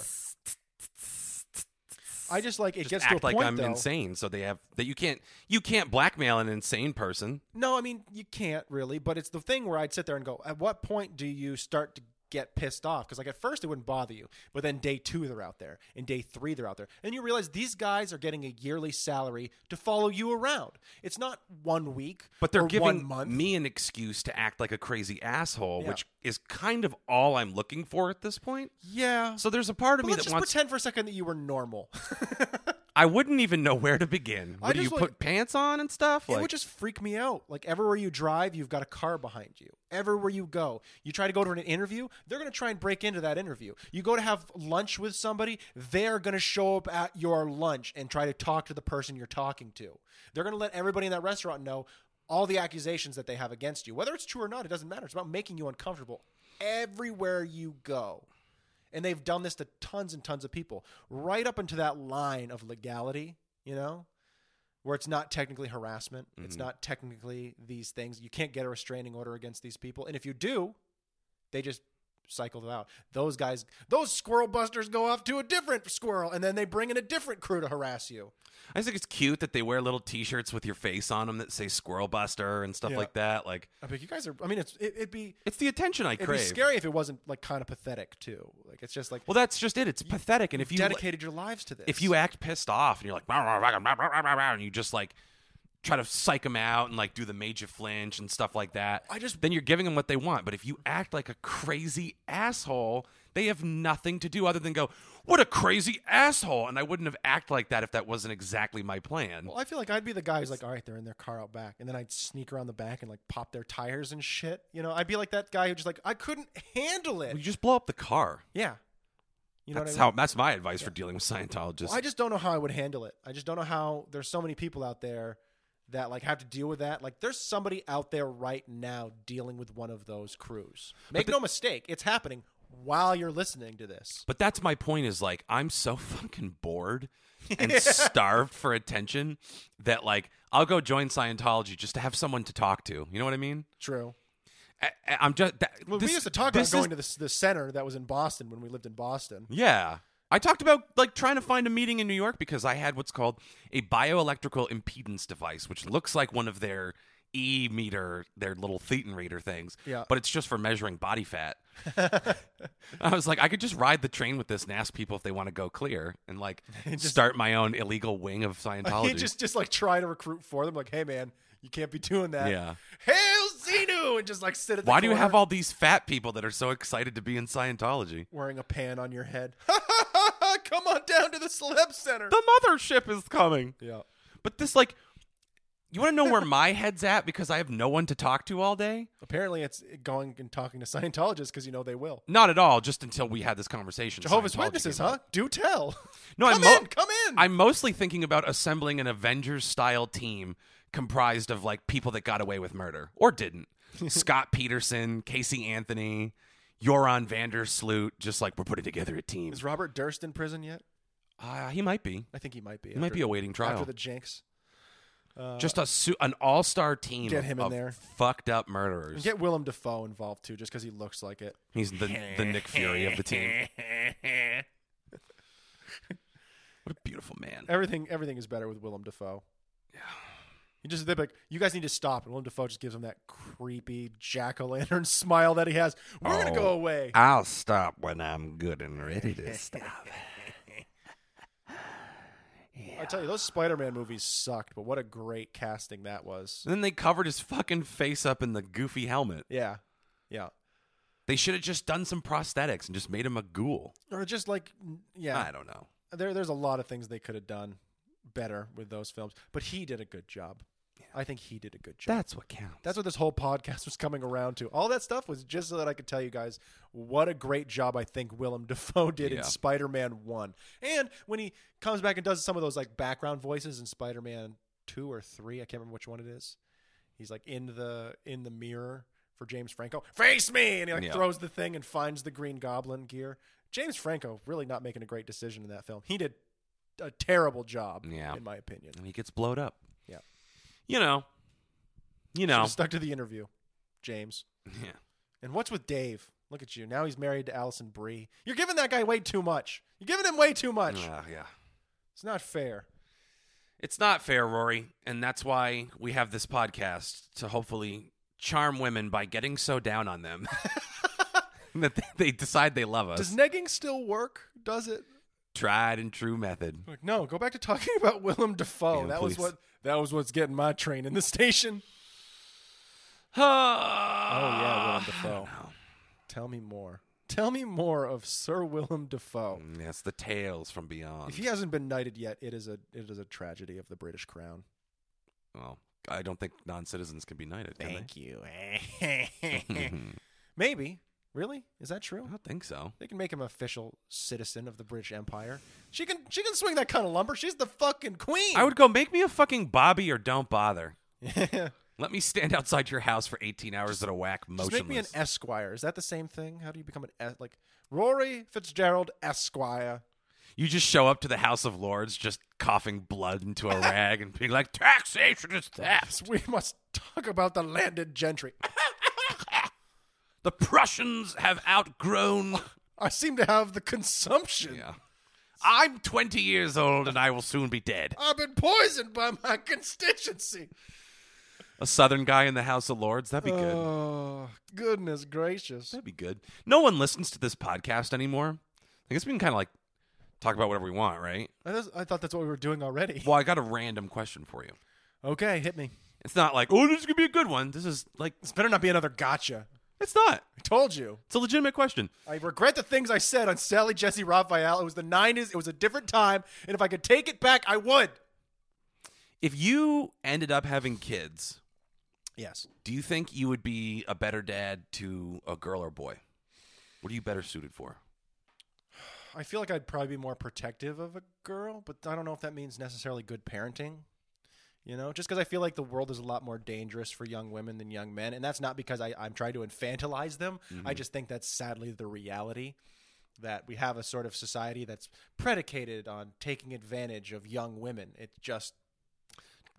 [SPEAKER 2] I just like it
[SPEAKER 1] just
[SPEAKER 2] gets to a
[SPEAKER 1] act like
[SPEAKER 2] point
[SPEAKER 1] I'm
[SPEAKER 2] though.
[SPEAKER 1] insane, so they have that you can't you can't blackmail an insane person.
[SPEAKER 2] No, I mean you can't really, but it's the thing where I'd sit there and go, at what point do you start to get pissed off? Because like at first it wouldn't bother you, but then day two they're out there, and day three they're out there, and you realize these guys are getting a yearly salary to follow you around. It's not one week,
[SPEAKER 1] But they're
[SPEAKER 2] or
[SPEAKER 1] giving
[SPEAKER 2] one month.
[SPEAKER 1] me an excuse to act like a crazy asshole,
[SPEAKER 2] Yeah.
[SPEAKER 1] which is kind of all I'm looking for at this point.
[SPEAKER 2] yeah.
[SPEAKER 1] So there's a part of
[SPEAKER 2] But
[SPEAKER 1] me
[SPEAKER 2] let's
[SPEAKER 1] that
[SPEAKER 2] just
[SPEAKER 1] wants
[SPEAKER 2] pretend for a second that you were normal.
[SPEAKER 1] I wouldn't even know where to begin. What do you
[SPEAKER 2] just
[SPEAKER 1] put
[SPEAKER 2] like-
[SPEAKER 1] pants on and stuff?
[SPEAKER 2] it
[SPEAKER 1] Like
[SPEAKER 2] would just freak me out. Like everywhere you drive, you've got a car behind you. Everywhere you go, you try to go to an interview, they're going to try and break into that interview. You go to have lunch with somebody, they're going to show up at your lunch and try to talk to the person you're talking to. They're going to let everybody in that restaurant know all the accusations that they have against you. Whether it's true or not, it doesn't matter. It's about making you uncomfortable everywhere you go. And they've done this to tons and tons of people, right up into that line of legality, you know, where it's not technically harassment. It's
[SPEAKER 1] Mhm.
[SPEAKER 2] not technically these things. You can't get a restraining order against these people. And if you do, they just cycle them out. Those guys, those squirrel busters go off to a different squirrel and then they bring in a different crew to harass you.
[SPEAKER 1] I just think it's cute that they wear little T-shirts with your face on them that say "Squirrel Buster" and stuff
[SPEAKER 2] Yeah.
[SPEAKER 1] like that. Like
[SPEAKER 2] I mean, you guys are, I mean, it's, it, it'd be,
[SPEAKER 1] it's the attention I
[SPEAKER 2] it'd
[SPEAKER 1] crave.
[SPEAKER 2] be scary if it wasn't like kind of pathetic too. Like it's just like,
[SPEAKER 1] Well, that's just it. It's pathetic. And if you
[SPEAKER 2] dedicated your lives to this.
[SPEAKER 1] if you act pissed off and you're like "Rah, rah, rah, rah, rah, rah, rah," and you just like try to psych them out and like do the major flinch and stuff like that,
[SPEAKER 2] I just-
[SPEAKER 1] then you're giving them what they want. But if you act like a crazy asshole, they have nothing to do other than go, "What a crazy asshole!" And I wouldn't have act like that if that wasn't exactly my plan.
[SPEAKER 2] Well, I feel like I'd be the guy who's like, all right, they're in their car out back. And then I'd sneak around the back and like pop their tires and shit. You know, I'd be like that guy who just like, I couldn't handle it.
[SPEAKER 1] you just blow up the car.
[SPEAKER 2] yeah. You know
[SPEAKER 1] that's
[SPEAKER 2] what I mean?
[SPEAKER 1] how. That's my advice for dealing with Scientologists.
[SPEAKER 2] Well, I just don't know how I would handle it. I just don't know how there's so many people out there that like have to deal with that. Like there's somebody out there right now dealing with one of those crews. Make no mistake, it's happening while you're listening to this.
[SPEAKER 1] But that's my point is like I'm so fucking bored and starved for attention that like I'll go join Scientology just to have someone to talk to. You know what I mean?
[SPEAKER 2] True.
[SPEAKER 1] I, I- I'm just that,
[SPEAKER 2] Well,
[SPEAKER 1] this-
[SPEAKER 2] we used to talk
[SPEAKER 1] this
[SPEAKER 2] about
[SPEAKER 1] is-
[SPEAKER 2] going to the, the center that was in Boston when we lived in Boston.
[SPEAKER 1] Yeah. I talked about like trying to find a meeting in New York because I had what's called a bioelectrical impedance device, which looks like one of their E meter, their little thetan reader things.
[SPEAKER 2] Yeah.
[SPEAKER 1] But it's just for measuring body fat. I was like, I could just ride the train with this and ask people if they want to go clear and like start my own illegal wing of Scientology.
[SPEAKER 2] He just just like try to recruit for them. Like, hey man, you can't be doing that.
[SPEAKER 1] Yeah.
[SPEAKER 2] Hail Zenu! And just like sit at. The
[SPEAKER 1] Why do you have
[SPEAKER 2] corner
[SPEAKER 1] all these fat people that are so excited to be in Scientology?
[SPEAKER 2] wearing a pan on your head? Come on down to the celeb center.
[SPEAKER 1] The mothership is coming.
[SPEAKER 2] yeah.
[SPEAKER 1] But this, like, you want to know where my head's at because I have no one to talk to all day?
[SPEAKER 2] Apparently, it's going and talking to Scientologists because you know they will.
[SPEAKER 1] Not at all. Just until we had this conversation.
[SPEAKER 2] Jehovah's
[SPEAKER 1] Scientology
[SPEAKER 2] Witnesses,
[SPEAKER 1] came
[SPEAKER 2] huh?
[SPEAKER 1] up.
[SPEAKER 2] Do tell.
[SPEAKER 1] No,
[SPEAKER 2] come
[SPEAKER 1] I'm mo-
[SPEAKER 2] in, come in.
[SPEAKER 1] I'm mostly thinking about assembling an Avengers-style team comprised of like people that got away with murder or didn't. Scott Peterson, Casey Anthony, Joran Vandersloot. Just like we're putting together a team.
[SPEAKER 2] Is Robert Durst in prison yet?
[SPEAKER 1] Uh, he might be.
[SPEAKER 2] I think he might be.
[SPEAKER 1] He might
[SPEAKER 2] after-
[SPEAKER 1] be awaiting trial.
[SPEAKER 2] after the jinx. Uh,
[SPEAKER 1] Just a su- an all star team.
[SPEAKER 2] Get
[SPEAKER 1] of-
[SPEAKER 2] him in
[SPEAKER 1] of
[SPEAKER 2] there.
[SPEAKER 1] Fucked up murderers.
[SPEAKER 2] get Willem Dafoe involved too, just because he looks like it.
[SPEAKER 1] He's the the Nick Fury of the team. What a beautiful man.
[SPEAKER 2] Everything, everything is better with Willem Dafoe. He just they're like, you guys need to stop. And Willem Dafoe just gives him that creepy jack o' lantern smile that he has. We're gonna go
[SPEAKER 1] Oh.
[SPEAKER 2] away.
[SPEAKER 1] I'll stop when I'm good and ready to stop.
[SPEAKER 2] I tell you, those Spider-Man movies sucked, but what a great casting that was.
[SPEAKER 1] And then they covered his fucking face up in the goofy helmet.
[SPEAKER 2] Yeah, yeah,
[SPEAKER 1] They should have just done some prosthetics and just made him a ghoul.
[SPEAKER 2] or just like yeah,
[SPEAKER 1] I don't know.
[SPEAKER 2] there there's a lot of things they could have done better with those films, but he did a good job. I think he did a good job.
[SPEAKER 1] That's what counts.
[SPEAKER 2] That's what this whole podcast was coming around to. All that stuff was just so that I could tell you guys what a great job I think Willem Dafoe did
[SPEAKER 1] Yeah.
[SPEAKER 2] in Spider-Man 1. And when he comes back and does some of those like background voices in Spider-Man 2 or 3, I can't remember which one it is. He's like in the in the mirror for James Franco. Face me and he like
[SPEAKER 1] Yeah.
[SPEAKER 2] throws the thing and finds the green goblin gear. James Franco really not making a great decision in that film. He did a terrible job
[SPEAKER 1] Yeah.
[SPEAKER 2] in my opinion.
[SPEAKER 1] and he gets blowed up.
[SPEAKER 2] Yeah.
[SPEAKER 1] You know. You
[SPEAKER 2] Should
[SPEAKER 1] know.
[SPEAKER 2] have stuck to the interview, James.
[SPEAKER 1] yeah.
[SPEAKER 2] And what's with Dave? Look at you. Now he's married to Allison Brie. You're giving that guy way too much. You're giving him way too much.
[SPEAKER 1] Ah, yeah.
[SPEAKER 2] It's not fair.
[SPEAKER 1] It's not fair, Rory, and that's why we have this podcast to hopefully charm women by getting so down on them that they, they decide they love us.
[SPEAKER 2] Does negging still work? Does it?
[SPEAKER 1] Tried and true method.
[SPEAKER 2] Like, no, go back to talking about Willem Dafoe.
[SPEAKER 1] Yeah,
[SPEAKER 2] that
[SPEAKER 1] please.
[SPEAKER 2] was what that was what's getting my train in the station.
[SPEAKER 1] oh yeah,
[SPEAKER 2] Willem Dafoe. Tell me more. Tell me more of Sir Willem Dafoe.
[SPEAKER 1] That's Mm, the tales from beyond.
[SPEAKER 2] If he hasn't been knighted yet, it is a it is a tragedy of the British crown.
[SPEAKER 1] well, I don't think non-citizens can be knighted. Can
[SPEAKER 2] you.
[SPEAKER 1] they?
[SPEAKER 2] Maybe. Really? Is that true?
[SPEAKER 1] I don't think so.
[SPEAKER 2] They can make him official citizen of the British Empire. She can she can swing that kind of lumber. She's the fucking queen.
[SPEAKER 1] I would go make me a fucking Bobby or don't bother.
[SPEAKER 2] Just
[SPEAKER 1] Let me stand outside your house for 18 hours at a whack, motionless.
[SPEAKER 2] make me an esquire. Is that the same thing? How do you become an es- like Rory Fitzgerald Esquire?
[SPEAKER 1] You just show up to the House of Lords just coughing blood into a rag and being like, taxation is theft.
[SPEAKER 2] We must talk about the landed gentry.
[SPEAKER 1] The Prussians have outgrown.
[SPEAKER 2] I seem to have the consumption.
[SPEAKER 1] Yeah. I'm 20 years old and I will soon be dead.
[SPEAKER 2] I've been poisoned by my constituency.
[SPEAKER 1] A Southern guy in the House of Lords? That'd be good.
[SPEAKER 2] Oh, goodness gracious.
[SPEAKER 1] That'd be good. No one listens to this podcast anymore. I guess we can kind of like talk about whatever we want, right?
[SPEAKER 2] I thought- I thought that's what we were doing already.
[SPEAKER 1] Well, I got a random question for you.
[SPEAKER 2] Okay, hit me.
[SPEAKER 1] It's not like, oh, this is going to be a good one. This is like,
[SPEAKER 2] This better not be another gotcha.
[SPEAKER 1] it's not.
[SPEAKER 2] I told you.
[SPEAKER 1] It's a legitimate question.
[SPEAKER 2] I regret the things I said on Sally Jesse Raphael. It was the 90s. It was a different time. And if I could take it back, I would.
[SPEAKER 1] If you ended up having kids,
[SPEAKER 2] Yes.
[SPEAKER 1] Do you think you would be a better dad to a girl or boy? What are you better suited for?
[SPEAKER 2] I feel like I'd probably be more protective of a girl, but I don't know if that means necessarily good parenting. You know, just because I feel like the world is a lot more dangerous for young women than young men. And that's not because I, I'm trying to infantilize them. I
[SPEAKER 1] Mm-hmm.
[SPEAKER 2] just think that's sadly the reality that we have a sort of society that's predicated on taking advantage of young women. It just,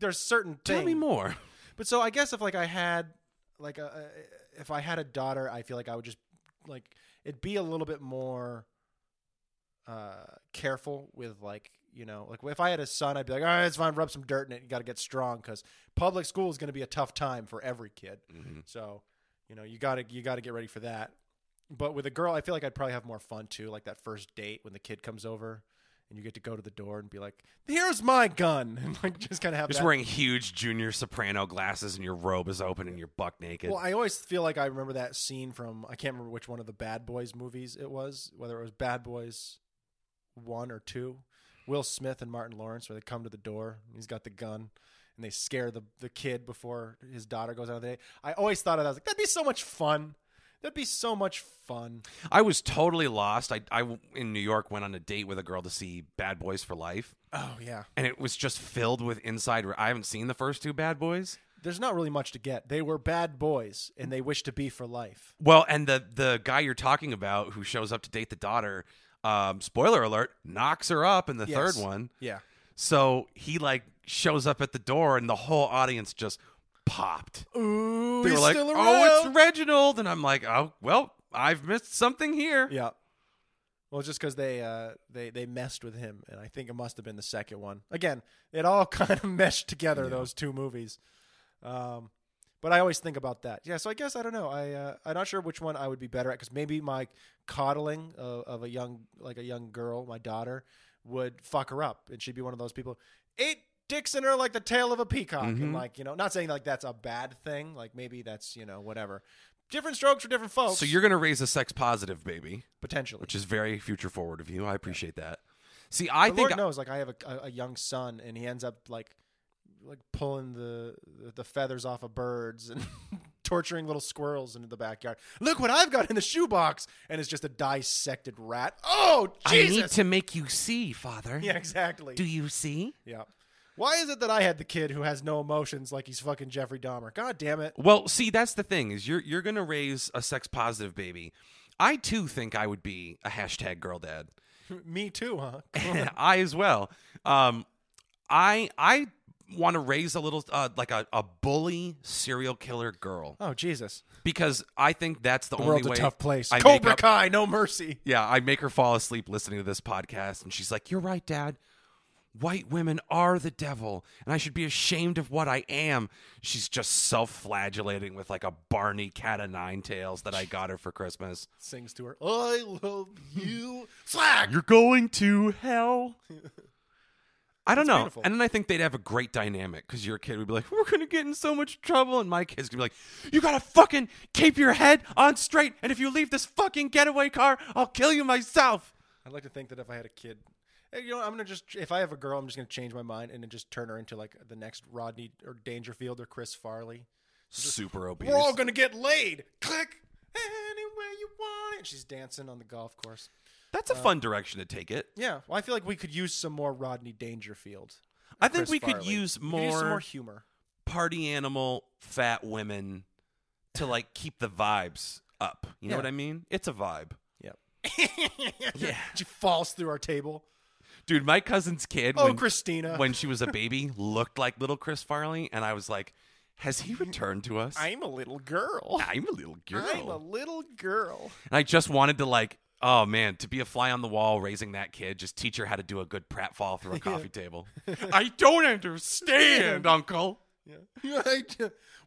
[SPEAKER 2] there's certain
[SPEAKER 1] Tell me
[SPEAKER 2] things-
[SPEAKER 1] more.
[SPEAKER 2] But so I guess if like I had like a a- if I had a daughter, I feel like I would just like it'd be a little bit more uh careful with like you know like if I had a son, I'd be like, all right, it's fine, rub some dirt in it. You got to get strong because public school is going to be a tough time for every kid. So you know you gotta you gotta get ready for that. But with a girl, I feel like I'd probably have more fun too. Like that first date when the kid comes over. And you get to go to the door and be like, "Here's my gun," and like just kind of have
[SPEAKER 1] Just
[SPEAKER 2] that.
[SPEAKER 1] wearing huge junior soprano glasses and your robe is open and you're buck naked.
[SPEAKER 2] Well, I always feel like I remember that scene from I can't remember which one of the Bad Boys movies it was, whether it was Bad Boys one or two. Will Smith and Martin Lawrence, where they come to the door, and he's got the gun, and they scare the the kid before his daughter goes out of the day. I always thought of that. I was like, that'd be so much fun. That'd be so much fun.
[SPEAKER 1] I was totally lost. I, I w- in New York went on a date with a girl to see Bad Boys for Life,
[SPEAKER 2] Oh yeah.
[SPEAKER 1] and it was just filled with inside. r- I haven't seen the first two Bad Boys.
[SPEAKER 2] There's not really much to get. They were bad boys, and they wish to be for life.
[SPEAKER 1] Well, and the the guy you're talking about who shows up to date the daughter, um, spoiler alert, knocks her up in the
[SPEAKER 2] Yes.
[SPEAKER 1] third one.
[SPEAKER 2] Yeah.
[SPEAKER 1] So he like shows up at the door, and the whole audience just popped.
[SPEAKER 2] Ooh,
[SPEAKER 1] They
[SPEAKER 2] he's
[SPEAKER 1] were like,
[SPEAKER 2] still
[SPEAKER 1] "Oh,
[SPEAKER 2] around."
[SPEAKER 1] it's Reginald," and I'm like, "Oh, well, I've missed something here."
[SPEAKER 2] yeah. Well, just because they uh, they they messed with him, and I think it must have been the second one. Again, it all kind of meshed together
[SPEAKER 1] Yeah.
[SPEAKER 2] those two movies. Um, but I always think about that. Yeah, so I guess I don't know. I uh, I'm not sure which one I would be better at because maybe my coddling of, of a young like a young girl, my daughter, would fuck her up, and she'd be one of those people. Eight dicks in her like the tail of a peacock, and
[SPEAKER 1] Mhm.
[SPEAKER 2] like you know, not saying like that's a bad thing. Like maybe that's you know whatever. Different strokes for different folks.
[SPEAKER 1] So you're gonna raise a sex positive baby,
[SPEAKER 2] potentially.
[SPEAKER 1] which is very future forward of you. I appreciate that. See, I
[SPEAKER 2] the
[SPEAKER 1] think
[SPEAKER 2] Lord knows, like I have a, a, a young son, and he ends up like like pulling the the feathers off of birds and torturing little squirrels into the backyard. Look what I've got in the shoebox, and it's just a dissected rat. Oh Jesus!
[SPEAKER 1] I need to make you see, Father.
[SPEAKER 2] yeah, exactly.
[SPEAKER 1] Do you see?
[SPEAKER 2] yeah. Why is it that I had the kid who has no emotions, like he's fucking Jeffrey Dahmer? God damn it!
[SPEAKER 1] Well, see, that's the thing is you're you're gonna raise a sex positive baby. I too think I would be a hashtag girl dad.
[SPEAKER 2] Me too, huh?
[SPEAKER 1] I as well. Um, I I want to raise a little uh, like a, a bully serial killer girl
[SPEAKER 2] Oh Jesus!
[SPEAKER 1] because I think that's the,
[SPEAKER 2] The
[SPEAKER 1] only
[SPEAKER 2] world's a
[SPEAKER 1] way.
[SPEAKER 2] tough place.
[SPEAKER 1] I make
[SPEAKER 2] Cobra
[SPEAKER 1] up-
[SPEAKER 2] Kai, no mercy.
[SPEAKER 1] Yeah, I make her fall asleep listening to this podcast, and she's like, "You're right, Dad. White women are the devil, and I should be ashamed of what I am." She's just self-flagellating with like a Barney cat o' nine tails that I got her for Christmas.
[SPEAKER 2] Sings to her, "I love you." Slack.
[SPEAKER 1] You're going to hell. I don't know.
[SPEAKER 2] beautiful.
[SPEAKER 1] And then I think they'd have a great dynamic because your kid would be like, "We're gonna get in so much trouble," and my kid's gonna be like, "You gotta fucking keep your head on straight, and if you leave this fucking getaway car, I'll kill you myself."
[SPEAKER 2] I'd like to think that if I had a kid, eh, you know, I'm gonna just if I have a girl, I'm just gonna change my mind and then just turn her into like the next Rodney or Dangerfield or Chris Farley.
[SPEAKER 1] Super obese.
[SPEAKER 2] We're all gonna get laid. Click anywhere you want. And she's dancing on the golf course.
[SPEAKER 1] That's a fun direction to take it.
[SPEAKER 2] Yeah, well, I feel like we could use some more Rodney Dangerfield. and
[SPEAKER 1] I think
[SPEAKER 2] Chris
[SPEAKER 1] we could,
[SPEAKER 2] Farley.
[SPEAKER 1] use
[SPEAKER 2] We could use some
[SPEAKER 1] more
[SPEAKER 2] more humor.
[SPEAKER 1] party animal fat women to like keep the vibes up. You know
[SPEAKER 2] Yeah.
[SPEAKER 1] what I mean? It's a vibe.
[SPEAKER 2] Yep. yeah. She falls through our table.
[SPEAKER 1] Dude, my cousin's kid
[SPEAKER 2] Oh,
[SPEAKER 1] when,
[SPEAKER 2] Christina.
[SPEAKER 1] when she was a baby looked like little Chris Farley and I was like, "Has he returned to us?"
[SPEAKER 2] I'm a little girl.
[SPEAKER 1] I'm a little girl.
[SPEAKER 2] I'm a little girl.
[SPEAKER 1] and I just wanted to like, oh man, to be a fly on the wall raising that kid, just teach her how to do a good pratfall through a coffee table. I don't understand, uncle.
[SPEAKER 2] Yeah.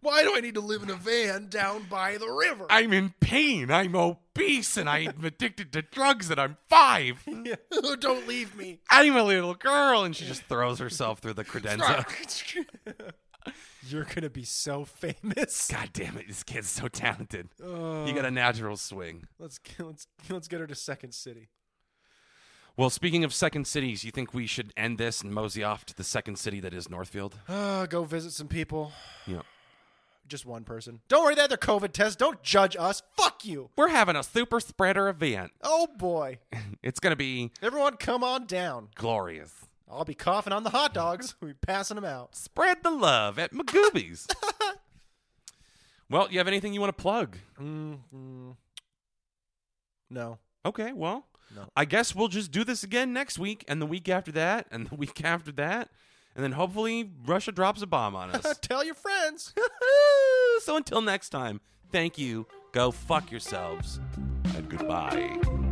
[SPEAKER 2] Why do I need to live in a van down by the river?
[SPEAKER 1] I'm in pain. I'm obese and I'm addicted to drugs and I'm five.
[SPEAKER 2] Don't leave me.
[SPEAKER 1] I'm a little girl. And she just throws herself through the credenza.
[SPEAKER 2] You're gonna be so famous.
[SPEAKER 1] God damn it. This kid's so talented.
[SPEAKER 2] Uh,
[SPEAKER 1] You got a natural swing.
[SPEAKER 2] let's let's let's get her to Second City.
[SPEAKER 1] Well, speaking of second cities, you think we should end this and mosey off to the second city that is Northfield?
[SPEAKER 2] Uh, go visit some people.
[SPEAKER 1] Yeah.
[SPEAKER 2] Just one person. Don't worry, they had their COVID test. Don't judge us. Fuck you.
[SPEAKER 1] We're having a super spreader event.
[SPEAKER 2] Oh boy.
[SPEAKER 1] It's going to be
[SPEAKER 2] Everyone, come on down.
[SPEAKER 1] glorious.
[SPEAKER 2] I'll be coughing on the hot dogs. We'll be passing them out.
[SPEAKER 1] Spread the love at Magoobies. well, you have anything you want to plug?
[SPEAKER 2] Mm, mm. No.
[SPEAKER 1] Okay, well,
[SPEAKER 2] No.
[SPEAKER 1] I guess we'll just do this again next week and the week after that and the week after that. And then hopefully Russia drops a bomb on us.
[SPEAKER 2] Tell your friends.
[SPEAKER 1] so until next time, thank you. Go fuck yourselves. And goodbye.